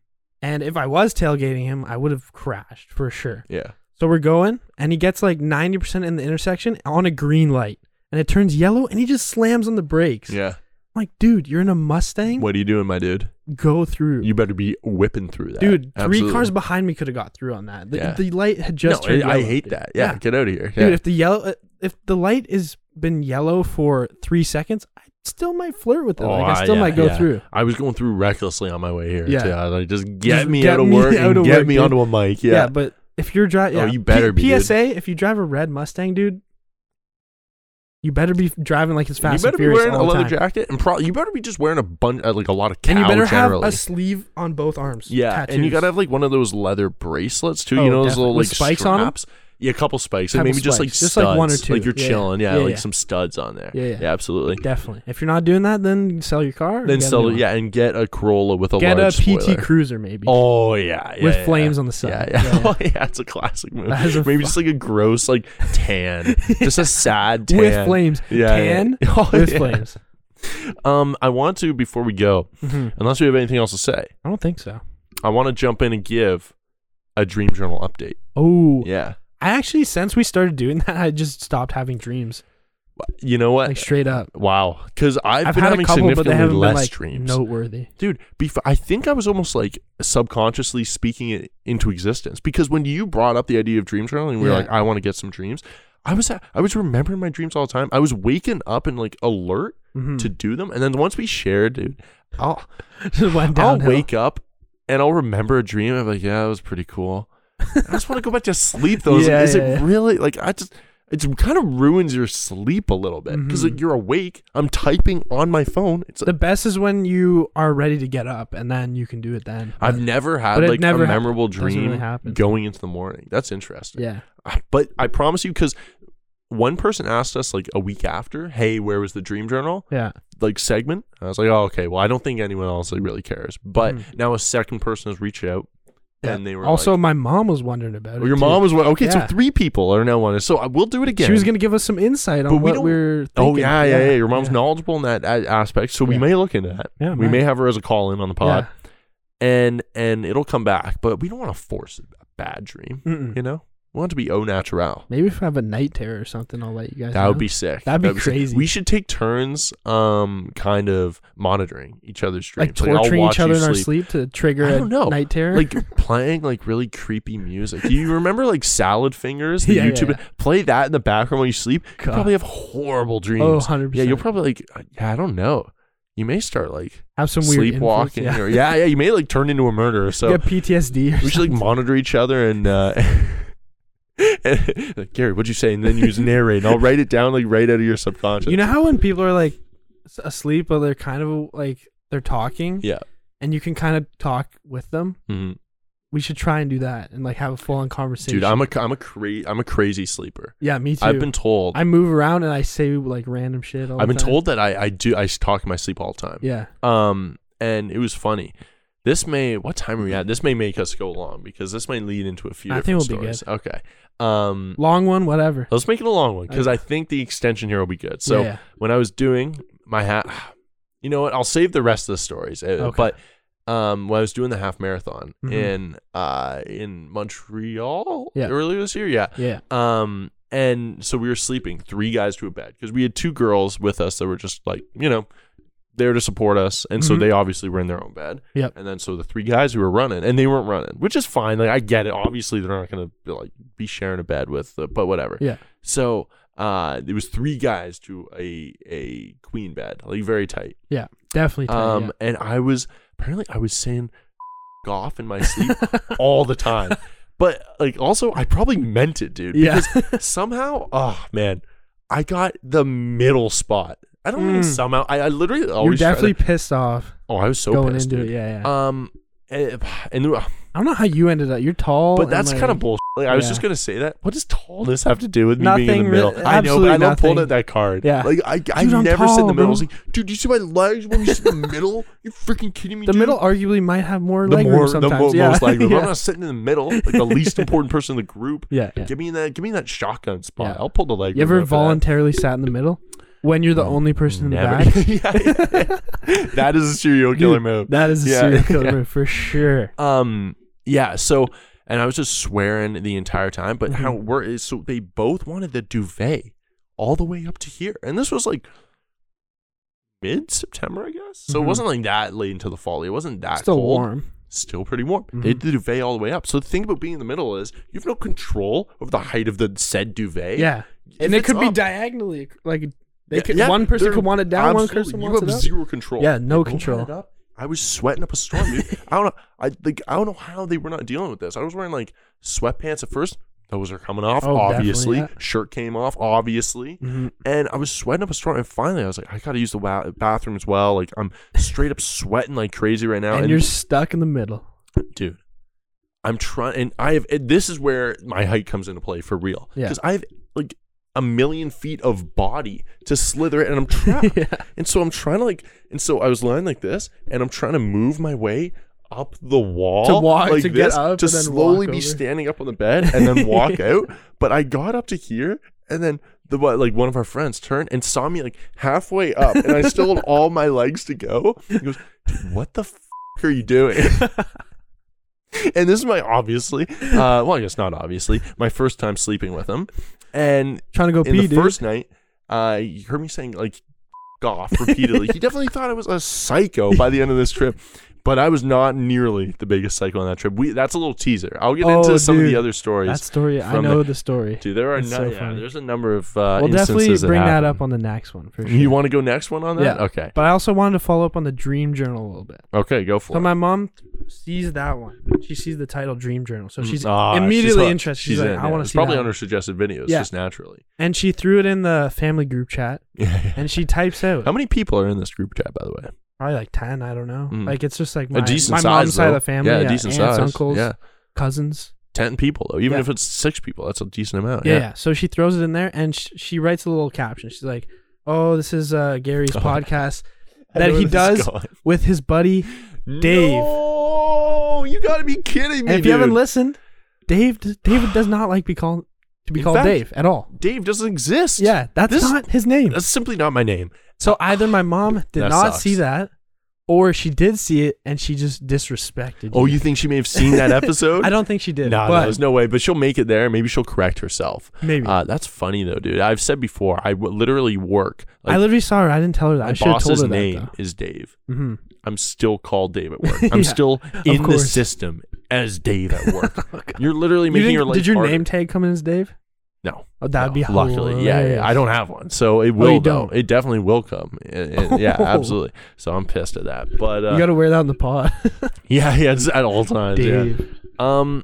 Speaker 4: And if I was tailgating him, I would have crashed for sure.
Speaker 3: Yeah.
Speaker 4: So we're going, and he gets like ninety percent in the intersection on a green light, and it turns yellow, and he just slams on the brakes.
Speaker 3: Yeah.
Speaker 4: I'm like, dude, you're in a Mustang.
Speaker 3: What are you doing, my dude?
Speaker 4: Go through.
Speaker 3: You better be whipping through that.
Speaker 4: Dude, three
Speaker 3: Absolutely.
Speaker 4: cars behind me could have got through on that. The,
Speaker 3: Yeah.
Speaker 4: the light had just
Speaker 3: no,
Speaker 4: turned
Speaker 3: I- I
Speaker 4: yellow,
Speaker 3: hate
Speaker 4: dude.
Speaker 3: that. Yeah, get out of here.
Speaker 4: Dude,
Speaker 3: Yeah.
Speaker 4: uh, if the yellow, if the light is been yellow for three seconds, I still might flirt with it.
Speaker 3: Oh,
Speaker 4: like I
Speaker 3: I-
Speaker 4: still
Speaker 3: yeah,
Speaker 4: might go
Speaker 3: yeah.
Speaker 4: through.
Speaker 3: I was going through recklessly on my way here.
Speaker 4: Yeah.
Speaker 3: Yeah, too. I was like, just get
Speaker 4: Just
Speaker 3: me
Speaker 4: get
Speaker 3: out of
Speaker 4: me
Speaker 3: work
Speaker 4: out
Speaker 3: and
Speaker 4: of
Speaker 3: get
Speaker 4: work,
Speaker 3: me
Speaker 4: dude.
Speaker 3: onto a mic.
Speaker 4: Yeah,
Speaker 3: Yeah,
Speaker 4: but if you're driving,
Speaker 3: Oh,
Speaker 4: yeah.
Speaker 3: you better be, dude.
Speaker 4: PSA. If you drive a red Mustang, dude, you better be driving like it's
Speaker 3: you
Speaker 4: fast.
Speaker 3: better
Speaker 4: and
Speaker 3: be
Speaker 4: furious
Speaker 3: wearing a
Speaker 4: all the
Speaker 3: leather
Speaker 4: time.
Speaker 3: jacket and pro- you better be just wearing a bunch uh, like a lot of cow
Speaker 4: and you better
Speaker 3: generally.
Speaker 4: have a sleeve on both arms.
Speaker 3: yeah, and you
Speaker 4: Tattoos.
Speaker 3: gotta have like one of those leather bracelets too.
Speaker 4: Oh,
Speaker 3: you know those
Speaker 4: definitely.
Speaker 3: little
Speaker 4: With
Speaker 3: like
Speaker 4: spikes on 'em?
Speaker 3: straps. Yeah, a couple spikes, and
Speaker 4: Couple
Speaker 3: maybe just like
Speaker 4: spikes. Just, like, one or
Speaker 3: studs, Like
Speaker 4: two.
Speaker 3: you're
Speaker 4: Yeah, yeah.
Speaker 3: chilling, yeah,
Speaker 4: Yeah,
Speaker 3: like
Speaker 4: yeah.
Speaker 3: some studs on there.
Speaker 4: Yeah, yeah.
Speaker 3: absolutely.
Speaker 4: definitely. If you're not doing that, then sell your car. and
Speaker 3: Then
Speaker 4: get a
Speaker 3: sell,
Speaker 4: new
Speaker 3: it-
Speaker 4: one.
Speaker 3: yeah, and get a Corolla with a
Speaker 4: Get a
Speaker 3: large
Speaker 4: PT
Speaker 3: spoiler.
Speaker 4: Cruiser maybe.
Speaker 3: Oh yeah, yeah,
Speaker 4: With
Speaker 3: yeah.
Speaker 4: flames on the side.
Speaker 3: Yeah, yeah.
Speaker 4: Yeah, yeah.
Speaker 3: oh yeah, it's a classic movie.
Speaker 4: That is a
Speaker 3: Maybe
Speaker 4: fu-
Speaker 3: just like a gross like tan, just a sad tan
Speaker 4: With flames.
Speaker 3: Yeah, yeah.
Speaker 4: Tan
Speaker 3: Oh,
Speaker 4: with
Speaker 3: yeah.
Speaker 4: flames.
Speaker 3: Um, I want to before we go,
Speaker 4: Mhm.
Speaker 3: unless we have anything else to say,
Speaker 4: I don't think so.
Speaker 3: I want to jump in and give a dream journal update.
Speaker 4: Oh,
Speaker 3: Yeah,
Speaker 4: I actually since we started doing that, I just stopped having dreams.
Speaker 3: you know what?
Speaker 4: Like straight up.
Speaker 3: wow, because I've,
Speaker 4: I've,
Speaker 3: been
Speaker 4: had
Speaker 3: having
Speaker 4: a couple, but they
Speaker 3: significantly
Speaker 4: haven't
Speaker 3: less
Speaker 4: been like
Speaker 3: dreams.
Speaker 4: noteworthy.
Speaker 3: Dude, before, I think I was almost like subconsciously speaking it into existence because when you brought up the idea of dream journaling, we were
Speaker 4: Yeah.
Speaker 3: like, I want to get some dreams. I was I was remembering my dreams all the time. I was waking up and like alert
Speaker 4: Mhm.
Speaker 3: to do them. And then once we shared, dude, I'll
Speaker 4: Just went
Speaker 3: I'll
Speaker 4: downhill.
Speaker 3: wake up and I'll remember a dream. I'm like, yeah, that was pretty cool. I just want to go back to sleep though. Is,
Speaker 4: Yeah,
Speaker 3: is
Speaker 4: yeah,
Speaker 3: it
Speaker 4: yeah.
Speaker 3: really like I just? It kind of ruins your sleep a little bit because
Speaker 4: Mhm.
Speaker 3: like, you're awake. I'm typing on my phone. It's
Speaker 4: The best is when you are ready to get up, and then you can do it then.
Speaker 3: I've never had
Speaker 4: but it
Speaker 3: like
Speaker 4: never
Speaker 3: a
Speaker 4: hap-
Speaker 3: memorable
Speaker 4: doesn't really
Speaker 3: dream
Speaker 4: happen.
Speaker 3: going into the morning. That's interesting.
Speaker 4: yeah.
Speaker 3: I- But I promise you, because one person asked us like a week after, "Hey, where was the dream journal
Speaker 4: Yeah.
Speaker 3: like segment?" I was like, "Oh, okay. Well, I don't think anyone else like, really cares." But now a second person has reached out, and they were
Speaker 4: Hmm. also,
Speaker 3: like,
Speaker 4: my mom was wondering about
Speaker 3: "Well,
Speaker 4: it.
Speaker 3: "Your
Speaker 4: too.
Speaker 3: mom was okay." So
Speaker 4: Yeah.
Speaker 3: three people are now one. So I will do it again.
Speaker 4: She was gonna give us some insight on
Speaker 3: But we
Speaker 4: what
Speaker 3: don't-
Speaker 4: we are
Speaker 3: Oh yeah, yeah, yeah, Your mom's
Speaker 4: yeah.
Speaker 3: knowledgeable in that a- aspect, so we
Speaker 4: Yeah.
Speaker 3: may look into that.
Speaker 4: Yeah,
Speaker 3: we
Speaker 4: might.
Speaker 3: may have her as a call in on the pod,
Speaker 4: Yeah.
Speaker 3: and and it'll come back. But we don't want to force a bad dream.
Speaker 4: Mm-mm.
Speaker 3: You know, we want it to be au natural.
Speaker 4: Maybe if I have a night terror or something, I'll let you guys.
Speaker 3: That would
Speaker 4: know.
Speaker 3: be sick.
Speaker 4: That'd be
Speaker 3: sick.
Speaker 4: crazy.
Speaker 3: We should take turns, um, kind of monitoring each other's dreams,
Speaker 4: like
Speaker 3: I'll
Speaker 4: torturing
Speaker 3: watch
Speaker 4: each other
Speaker 3: you
Speaker 4: in our sleep to trigger
Speaker 3: I don't
Speaker 4: a
Speaker 3: know.
Speaker 4: night terror.
Speaker 3: Like playing like really creepy music. Do you remember like Salad Fingers, the
Speaker 4: Yeah, yeah,
Speaker 3: YouTube?
Speaker 4: yeah.
Speaker 3: Play that in the background while you sleep. You
Speaker 4: God. Oh,
Speaker 3: probably have horrible dreams.
Speaker 4: 100%.
Speaker 3: Yeah, you'll probably like. uh, Yeah, I don't know. You may start like
Speaker 4: have some weird influence,
Speaker 3: sleepwalking, or yeah, yeah. You may like turn into a murderer. So
Speaker 4: get PTSD. Or
Speaker 3: we should like monitor each other and. uh like, Gary, what'd you say? And then you just narrate, and I'll write it down like right out of your subconscious.
Speaker 4: You know how when people are like s- asleep, but they're kind of like they're talking,
Speaker 3: Yeah.
Speaker 4: and you can kind of talk with them.
Speaker 3: Mhm.
Speaker 4: We should try and do that and like have a full on conversation.
Speaker 3: Dude, I'm a I'm a cra- I'm a crazy sleeper.
Speaker 4: yeah, me too.
Speaker 3: I've been told
Speaker 4: I move around and I say like random shit. All the
Speaker 3: I've been
Speaker 4: time.
Speaker 3: told that I I do I talk in my sleep all the time.
Speaker 4: Yeah,
Speaker 3: Um, and it was funny. This may what time are we at? This may make us go long because this may lead into a few.
Speaker 4: I think
Speaker 3: different
Speaker 4: we'll be
Speaker 3: stories. Okay. Um,
Speaker 4: long one, whatever.
Speaker 3: let's make it a long one because I think the extension here will be good. So
Speaker 4: Yeah.
Speaker 3: when I was doing my hat, you know what? I'll save the rest of the stories. Uh,
Speaker 4: Okay.
Speaker 3: But um, when I was doing the half marathon
Speaker 4: Mhm.
Speaker 3: in uh in Montreal
Speaker 4: Yeah.
Speaker 3: earlier this year, yeah,
Speaker 4: Yeah,
Speaker 3: um, and so we were sleeping, three guys to a bed, because we had two girls with us that were just like, you know, there to support us. And so
Speaker 4: Mhm.
Speaker 3: they obviously were in their own bed.
Speaker 4: Yep.
Speaker 3: And then so the three guys who were running, and they weren't running, which is fine. Like I get it. Obviously they're not gonna be, like be sharing a bed with, uh, but whatever.
Speaker 4: yeah,
Speaker 3: So uh, there was three guys to a a queen bed, like very tight.
Speaker 4: yeah. Definitely. Tight,
Speaker 3: Um,
Speaker 4: yeah.
Speaker 3: and I was apparently I was saying off in my sleep all the time. But like also I probably meant it, dude.
Speaker 4: Yeah.
Speaker 3: Because somehow, oh man, I got the middle spot. I don't mean
Speaker 4: Mm.
Speaker 3: somehow. I, I literally
Speaker 4: You're
Speaker 3: always try to-
Speaker 4: definitely pissed off
Speaker 3: Oh, I was so
Speaker 4: going
Speaker 3: pissed,
Speaker 4: into
Speaker 3: dude.
Speaker 4: it. Yeah, yeah.
Speaker 3: Um and, and uh,
Speaker 4: I don't know how you ended up. You're tall,
Speaker 3: but
Speaker 4: Oh, and,
Speaker 3: that's
Speaker 4: like,
Speaker 3: kind of bullshit. Like, I was
Speaker 4: yeah.
Speaker 3: just gonna say that. What does tallness have to do with me being in
Speaker 4: Nothing
Speaker 3: the
Speaker 4: really-
Speaker 3: middle? I know, but I
Speaker 4: absolutely
Speaker 3: love pulling
Speaker 4: nothing.
Speaker 3: at that card.
Speaker 4: Yeah.
Speaker 3: like I, I
Speaker 4: Dude, I'm
Speaker 3: never sit in the middle.
Speaker 4: tall,
Speaker 3: I
Speaker 4: bro.
Speaker 3: was like, dude, do you see my legs when you sit in the middle? You're freaking kidding me.
Speaker 4: The
Speaker 3: dude?
Speaker 4: middle arguably might have more
Speaker 3: the
Speaker 4: leg
Speaker 3: more
Speaker 4: room
Speaker 3: the
Speaker 4: sometimes.
Speaker 3: mo-
Speaker 4: yeah.
Speaker 3: most likely.
Speaker 4: yeah.
Speaker 3: I'm not sitting in the middle, like the least important person in the group.
Speaker 4: Yeah, yeah.
Speaker 3: give me that. Give me that shotgun spot.
Speaker 4: Yeah.
Speaker 3: I'll pull the leg.
Speaker 4: You
Speaker 3: room
Speaker 4: ever
Speaker 3: up for that. Mm,
Speaker 4: voluntarily sat in the middle when you're the only person in the
Speaker 3: Never.
Speaker 4: back?
Speaker 3: Yeah, yeah. that is a serial killer
Speaker 4: Dude,
Speaker 3: move.
Speaker 4: That is a
Speaker 3: Yeah,
Speaker 4: serial killer
Speaker 3: yeah.
Speaker 4: move for sure.
Speaker 3: Um. Yeah. So, and I was just swearing the entire time. But how
Speaker 4: Mm-hmm.
Speaker 3: it worked is, so they both wanted the duvet all the way up to here, and this was like mid September, I guess. So
Speaker 4: Mhm.
Speaker 3: it wasn't like that late into the fall. It wasn't that
Speaker 4: Still
Speaker 3: Ah, cold.
Speaker 4: warm.
Speaker 3: Still pretty warm.
Speaker 4: Mm-hmm.
Speaker 3: They did the duvet all the way up. So the thing about being in the middle is you have no control over the height of the said duvet.
Speaker 4: Yeah. and
Speaker 3: if
Speaker 4: it could
Speaker 3: it's
Speaker 4: be
Speaker 3: up-
Speaker 4: diagonally like they
Speaker 3: Yeah,
Speaker 4: could
Speaker 3: yeah,
Speaker 4: one person
Speaker 3: they're-
Speaker 4: could want it down, one
Speaker 3: absolutely.
Speaker 4: person
Speaker 3: you
Speaker 4: wants
Speaker 3: have
Speaker 4: it up.
Speaker 3: zero control.
Speaker 4: Yeah, no
Speaker 3: They opened
Speaker 4: control.
Speaker 3: it up. I was sweating up a storm, dude. I don't know. I like I don't know how they were not dealing with this. I was wearing like sweatpants at first. Those are coming off,
Speaker 4: Oh, definitely,
Speaker 3: obviously.
Speaker 4: yeah.
Speaker 3: Shirt came off, obviously.
Speaker 4: Mhm.
Speaker 3: And I was sweating up a storm. And finally, I was like, I gotta use the wa- bathroom as well. Like I'm straight up sweating like crazy right now.
Speaker 4: And you're stuck in the middle.
Speaker 3: dude i'm trying and i have and this is where my height comes into play for real
Speaker 4: Yeah.
Speaker 3: because i have like a million feet of body to slither it and i'm trapped
Speaker 4: Yeah.
Speaker 3: and so i'm trying to like and so i was lying like this and i'm trying to move my way up the wall
Speaker 4: To walk-
Speaker 3: like
Speaker 4: to get
Speaker 3: this,
Speaker 4: up
Speaker 3: to
Speaker 4: and then
Speaker 3: slowly
Speaker 4: walk
Speaker 3: be
Speaker 4: over.
Speaker 3: standing up on the bed and then walk out but i got up to here and then the what, like one of our friends turned and saw me like halfway up and i still had all my legs to go he goes "Dude, what the f- are you doing and this is my obviously, uh, well, I guess not obviously, my first time sleeping with him. And
Speaker 4: Trying to go
Speaker 3: in
Speaker 4: pee,
Speaker 3: the
Speaker 4: dude.
Speaker 3: first night, uh, you heard me saying like "F off repeatedly. he definitely thought I was a psycho by the end of this trip, but I was not nearly the biggest psycho on that trip. We that's a little teaser. I'll get
Speaker 4: Oh,
Speaker 3: into some of
Speaker 4: dude.
Speaker 3: the other stories.
Speaker 4: that story, I
Speaker 3: from
Speaker 4: know
Speaker 3: the-
Speaker 4: the story.
Speaker 3: Dude, there are
Speaker 4: It's
Speaker 3: no,
Speaker 4: so
Speaker 3: yeah,
Speaker 4: funny.
Speaker 3: there's a number of uh,
Speaker 4: we'll definitely
Speaker 3: instances
Speaker 4: bring that
Speaker 3: happen.
Speaker 4: up on the next one for sure.
Speaker 3: You want to go next one on that?
Speaker 4: Yeah.
Speaker 3: Okay.
Speaker 4: But I also wanted to follow up on the dream journal a little bit.
Speaker 3: Okay, go for
Speaker 4: So
Speaker 3: it.
Speaker 4: my mom sees that one. She sees the title Dream Journal. So she's
Speaker 3: Ah,
Speaker 4: immediately
Speaker 3: hooked.
Speaker 4: interested. She's, like,
Speaker 3: in, yeah.
Speaker 4: I want to
Speaker 3: It's
Speaker 4: see
Speaker 3: probably
Speaker 4: that
Speaker 3: on her
Speaker 4: one."
Speaker 3: suggested videos,
Speaker 4: Yeah.
Speaker 3: just naturally.
Speaker 4: And she threw it in the family group chat and she types out
Speaker 3: How many people are in this group chat, by the way?
Speaker 4: probably like 10, I don't know.
Speaker 3: Mm.
Speaker 4: Like it's just like my,
Speaker 3: a decent
Speaker 4: my
Speaker 3: size,
Speaker 4: mom's side of
Speaker 3: though.
Speaker 4: the family.
Speaker 3: Yeah, a decent
Speaker 4: aunts,
Speaker 3: size.
Speaker 4: uncles,
Speaker 3: Yeah,
Speaker 4: cousins.
Speaker 3: ten people though. Even
Speaker 4: Yeah.
Speaker 3: if it's six people, that's a decent amount.
Speaker 4: Yeah,
Speaker 3: Yeah,
Speaker 4: yeah. So she throws it in there and sh- she writes a little caption. She's like, "Oh, this is uh, Gary's
Speaker 3: God.
Speaker 4: podcast
Speaker 3: I
Speaker 4: that
Speaker 3: know
Speaker 4: he
Speaker 3: where this is
Speaker 4: does
Speaker 3: going.
Speaker 4: with his buddy Mm. Dave."
Speaker 3: No, you gotta be kidding me,
Speaker 4: And if you haven't listened, Dave d- David does not like be called to be
Speaker 3: In
Speaker 4: called
Speaker 3: fact-
Speaker 4: Dave at all.
Speaker 3: Dave doesn't exist.
Speaker 4: Yeah, that's
Speaker 3: This-
Speaker 4: not his name.
Speaker 3: that's simply not my name.
Speaker 4: So either my mom did
Speaker 3: That
Speaker 4: not
Speaker 3: sucks.
Speaker 4: see that, or she did see it and she just disrespected.
Speaker 3: Oh, you think she may have seen that episode?
Speaker 4: I don't think she did.
Speaker 3: Nah,
Speaker 4: but
Speaker 3: no, there's no way. But she'll make it there. Maybe she'll correct herself.
Speaker 4: Maybe.
Speaker 3: Uh, that's funny though, dude. I've said before, I w- literally work.
Speaker 4: I literally saw her. I didn't tell her that.
Speaker 3: my
Speaker 4: I should have told
Speaker 3: boss's
Speaker 4: her that.
Speaker 3: name is Dave.
Speaker 4: though. Mhm.
Speaker 3: I'm still called Dave at work. I'm
Speaker 4: Yeah,
Speaker 3: still
Speaker 4: of
Speaker 3: in the
Speaker 4: course. Oh,
Speaker 3: system as Dave at work. You're literally
Speaker 4: You
Speaker 3: making
Speaker 4: didn't-
Speaker 3: your life
Speaker 4: did your
Speaker 3: harder.
Speaker 4: name tag come in as Dave?
Speaker 3: No.
Speaker 4: Oh, that'd
Speaker 3: no,
Speaker 4: be Oh,
Speaker 3: luckily. Yeah, yeah, I don't have one, so it will.
Speaker 4: you
Speaker 3: though.
Speaker 4: don't.
Speaker 3: It definitely will come. And- and- yeah,
Speaker 4: Oh.
Speaker 3: absolutely. So I'm pissed at that. But uh,
Speaker 4: you gotta wear that in the pod.
Speaker 3: yeah, yeah, it's at all times. Yeah.
Speaker 4: Dave.
Speaker 3: Um,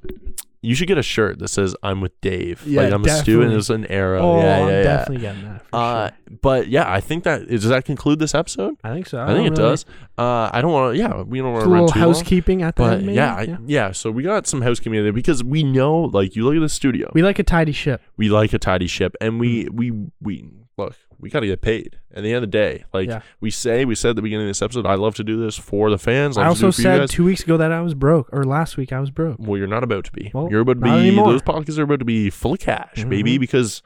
Speaker 3: you should get a shirt that says "I'm with Dave."
Speaker 4: Yeah,
Speaker 3: like I'm a student.
Speaker 4: definitely.
Speaker 3: There's an arrow.
Speaker 4: Oh,
Speaker 3: yeah, yeah,
Speaker 4: I'm
Speaker 3: yeah.
Speaker 4: definitely getting that. For
Speaker 3: uh,
Speaker 4: sure.
Speaker 3: but yeah, I think that does that conclude this episode.
Speaker 4: I think so.
Speaker 3: I, think it
Speaker 4: don't really-
Speaker 3: does. Uh, I don't want to. Yeah, we don't want
Speaker 4: Just
Speaker 3: to
Speaker 4: a
Speaker 3: run
Speaker 4: little
Speaker 3: too long.
Speaker 4: housekeeping at the
Speaker 3: But
Speaker 4: end, maybe?
Speaker 3: yeah, I, yeah, So we got some housekeeping there because we know, like, you look at the studio.
Speaker 4: we like a tidy ship.
Speaker 3: we like a tidy ship and
Speaker 4: Mm-hmm.
Speaker 3: we we we look we gotta get paid at the end of the day like
Speaker 4: Yeah.
Speaker 3: we say we said at the beginning of this episode i love to do this for the fans
Speaker 4: I
Speaker 3: love to do
Speaker 4: also
Speaker 3: it for you
Speaker 4: said
Speaker 3: guys.
Speaker 4: two weeks ago that I was broke, or last week I was broke.
Speaker 3: well you're not about to be
Speaker 4: Well,
Speaker 3: you're about to be
Speaker 4: not anymore. Mm-hmm.
Speaker 3: those podcasts are about to be full of cash baby because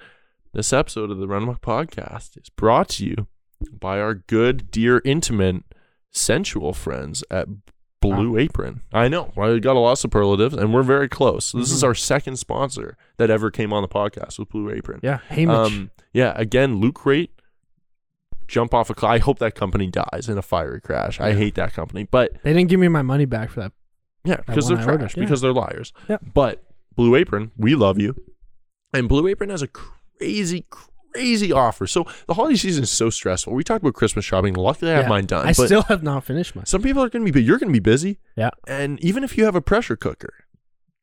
Speaker 3: this episode of the run amok podcast is brought to you by our good dear intimate sensual friends at Blue Apron. I know. I got a lot of superlatives, and we're very close. This
Speaker 4: Mm-hmm.
Speaker 3: is our second sponsor that ever came on the podcast with Blue Apron.
Speaker 4: Yeah, Hamish.
Speaker 3: Um, yeah, again, loot crate. Jump off a cliff. I hope that company dies in a fiery crash. I hate that company, but
Speaker 4: they didn't give me my money back for that.
Speaker 3: yeah, because
Speaker 4: one
Speaker 3: they're
Speaker 4: I
Speaker 3: trash,
Speaker 4: ordered, yeah.
Speaker 3: because they're liars.
Speaker 4: Yeah.
Speaker 3: But Blue Apron, we love you, and Blue Apron has a crazy, crazy offer. So the holiday season is so stressful. We talked about Christmas shopping. Luckily, I have
Speaker 4: Yeah.
Speaker 3: mine done.
Speaker 4: I
Speaker 3: but
Speaker 4: still have not finished mine.
Speaker 3: some people are going to be, but you're going to be busy,
Speaker 4: Yeah.
Speaker 3: and even if you have a pressure cooker,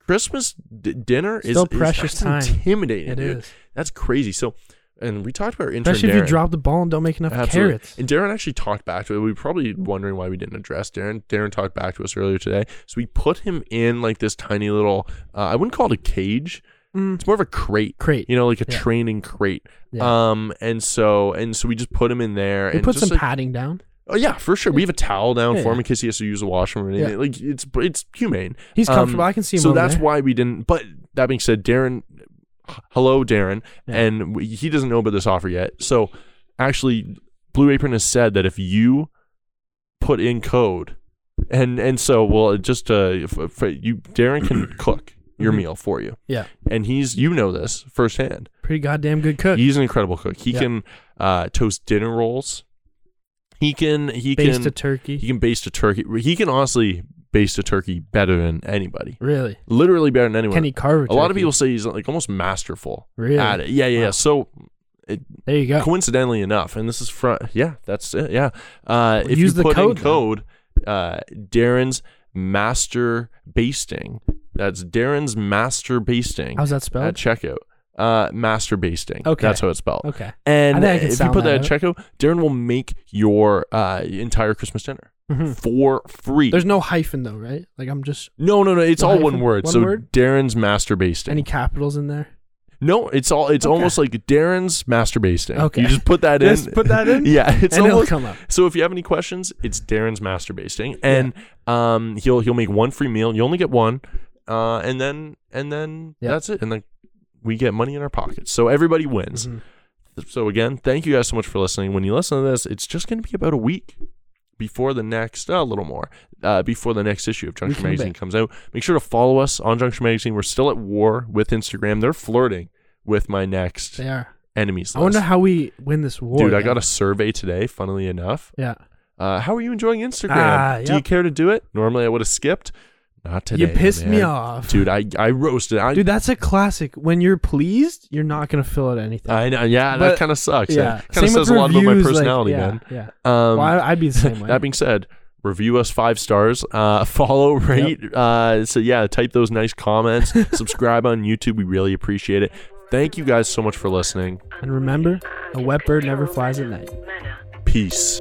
Speaker 3: Christmas d- dinner
Speaker 4: Still
Speaker 3: is
Speaker 4: precious
Speaker 3: is, that's
Speaker 4: time.
Speaker 3: Intimidating,
Speaker 4: It
Speaker 3: dude.
Speaker 4: is.
Speaker 3: That's crazy. So. And we talked about our intern
Speaker 4: Especially if
Speaker 3: Darren.
Speaker 4: you drop the ball and don't make enough
Speaker 3: Absolutely.
Speaker 4: carrots.
Speaker 3: And Darren actually talked back to it. We were probably wondering why we didn't address Darren. Darren talked back to us earlier today. So we put him in like this tiny little, uh, I wouldn't call it a cage.
Speaker 4: Mm.
Speaker 3: It's more of a crate.
Speaker 4: Crate.
Speaker 3: You know, like a
Speaker 4: Yeah.
Speaker 3: training crate.
Speaker 4: Yeah.
Speaker 3: Um, and so, and so we just put him in there.
Speaker 4: We
Speaker 3: and
Speaker 4: put
Speaker 3: just,
Speaker 4: some
Speaker 3: like-
Speaker 4: padding down.
Speaker 3: Oh yeah, for sure. We have a towel down
Speaker 4: Yeah,
Speaker 3: for him
Speaker 4: yeah.
Speaker 3: in case he has to use the washroom. Or anything.
Speaker 4: Yeah.
Speaker 3: Like it's it's humane. Um,
Speaker 4: He's comfortable. I can see him
Speaker 3: So
Speaker 4: over
Speaker 3: that's
Speaker 4: there.
Speaker 3: why we didn't. But that being said, Darren, h- hello Darren,
Speaker 4: Yeah.
Speaker 3: and we, he doesn't know about this offer yet. So actually, Blue Apron has said that if you put in code, and and so well, just uh, if, if you Darren can cook your
Speaker 4: Mhm.
Speaker 3: meal for you,
Speaker 4: Yeah.
Speaker 3: and he's you know this firsthand.
Speaker 4: Pretty goddamn good cook.
Speaker 3: He's an incredible cook. He
Speaker 4: Yeah.
Speaker 3: can uh, toast dinner rolls. He can he
Speaker 4: Based
Speaker 3: can
Speaker 4: a turkey.
Speaker 3: he can baste a turkey. He can honestly based a turkey better than anybody.
Speaker 4: Really?
Speaker 3: Literally better than anyone.
Speaker 4: Kenny Carver.
Speaker 3: a lot of
Speaker 4: turkey.
Speaker 3: people say he's like almost masterful
Speaker 4: Really?
Speaker 3: at it. Yeah, yeah. yeah. So
Speaker 4: There you go.
Speaker 3: coincidentally enough, and this is front. Yeah, that's it. Yeah. Uh, if
Speaker 4: use
Speaker 3: you
Speaker 4: the
Speaker 3: put
Speaker 4: code,
Speaker 3: in
Speaker 4: then.
Speaker 3: code, uh, Darren's master basting. That's Darren's master basting
Speaker 4: How's that
Speaker 3: at
Speaker 4: spelled?
Speaker 3: checkout. Uh, master basting.
Speaker 4: Okay.
Speaker 3: that's how it's spelled.
Speaker 4: Okay. I
Speaker 3: And
Speaker 4: think I can
Speaker 3: if you
Speaker 4: sound
Speaker 3: put that,
Speaker 4: that
Speaker 3: at checkout, Darren will make your uh, entire Christmas dinner
Speaker 4: Mhm.
Speaker 3: for free.
Speaker 4: There's no hyphen though, right? Like I'm just
Speaker 3: no, no, no. It's
Speaker 4: no
Speaker 3: all
Speaker 4: hyphen?
Speaker 3: one word.
Speaker 4: One
Speaker 3: so
Speaker 4: word?
Speaker 3: Darren's master basting.
Speaker 4: any capitals in there.
Speaker 3: No, it's all. It's
Speaker 4: Okay.
Speaker 3: almost like Darren's master basting.
Speaker 4: Okay.
Speaker 3: you just put that in.
Speaker 4: Just put that in?
Speaker 3: yeah, it's
Speaker 4: and
Speaker 3: almost.
Speaker 4: it'll come up.
Speaker 3: So if you have any questions, it's Darren's master basting, and um, he'll he'll make one free meal. You only get one, uh, and then and then
Speaker 4: Yeah.
Speaker 3: that's it, and then we get money in our pockets. So everybody wins.
Speaker 4: Mhm.
Speaker 3: So again, thank you guys so much for listening. When you listen to this, it's just going to be about a week before the next uh, a little more uh, before the next issue of Junction
Speaker 4: Week and a
Speaker 3: Magazine
Speaker 4: bit.
Speaker 3: comes out. Make sure to follow us on Junction Magazine. We're still at war with Instagram. They're flirting with my next
Speaker 4: They are.
Speaker 3: enemies list.
Speaker 4: I wonder how we win this war.
Speaker 3: Dude, I
Speaker 4: then.
Speaker 3: got a survey today. Funnily enough,
Speaker 4: Yeah.
Speaker 3: uh, how are you enjoying Instagram?
Speaker 4: Ah,
Speaker 3: Do you
Speaker 4: yep.
Speaker 3: care to do it? Normally, I would have skipped. Not today.
Speaker 4: you pissed me
Speaker 3: man.
Speaker 4: off.
Speaker 3: dude. I I roasted. I,
Speaker 4: Dude, that's a classic. When you're pleased, you're not gonna fill out anything.
Speaker 3: I know. Yeah, that
Speaker 4: But-
Speaker 3: kind of sucks.
Speaker 4: yeah.
Speaker 3: kind of
Speaker 4: Same with
Speaker 3: says a lot about my
Speaker 4: reviews, like,
Speaker 3: personality,
Speaker 4: yeah,
Speaker 3: man.
Speaker 4: Yeah.
Speaker 3: Um,
Speaker 4: well, I, I'd be the same way.
Speaker 3: That being said, review us five stars, uh, follow, rate. Uh, so, yeah, type those nice comments, subscribe on YouTube. We really appreciate it. Thank you guys so much for listening.
Speaker 4: and remember, a wet bird never flies at night.
Speaker 1: Manner.
Speaker 3: Peace.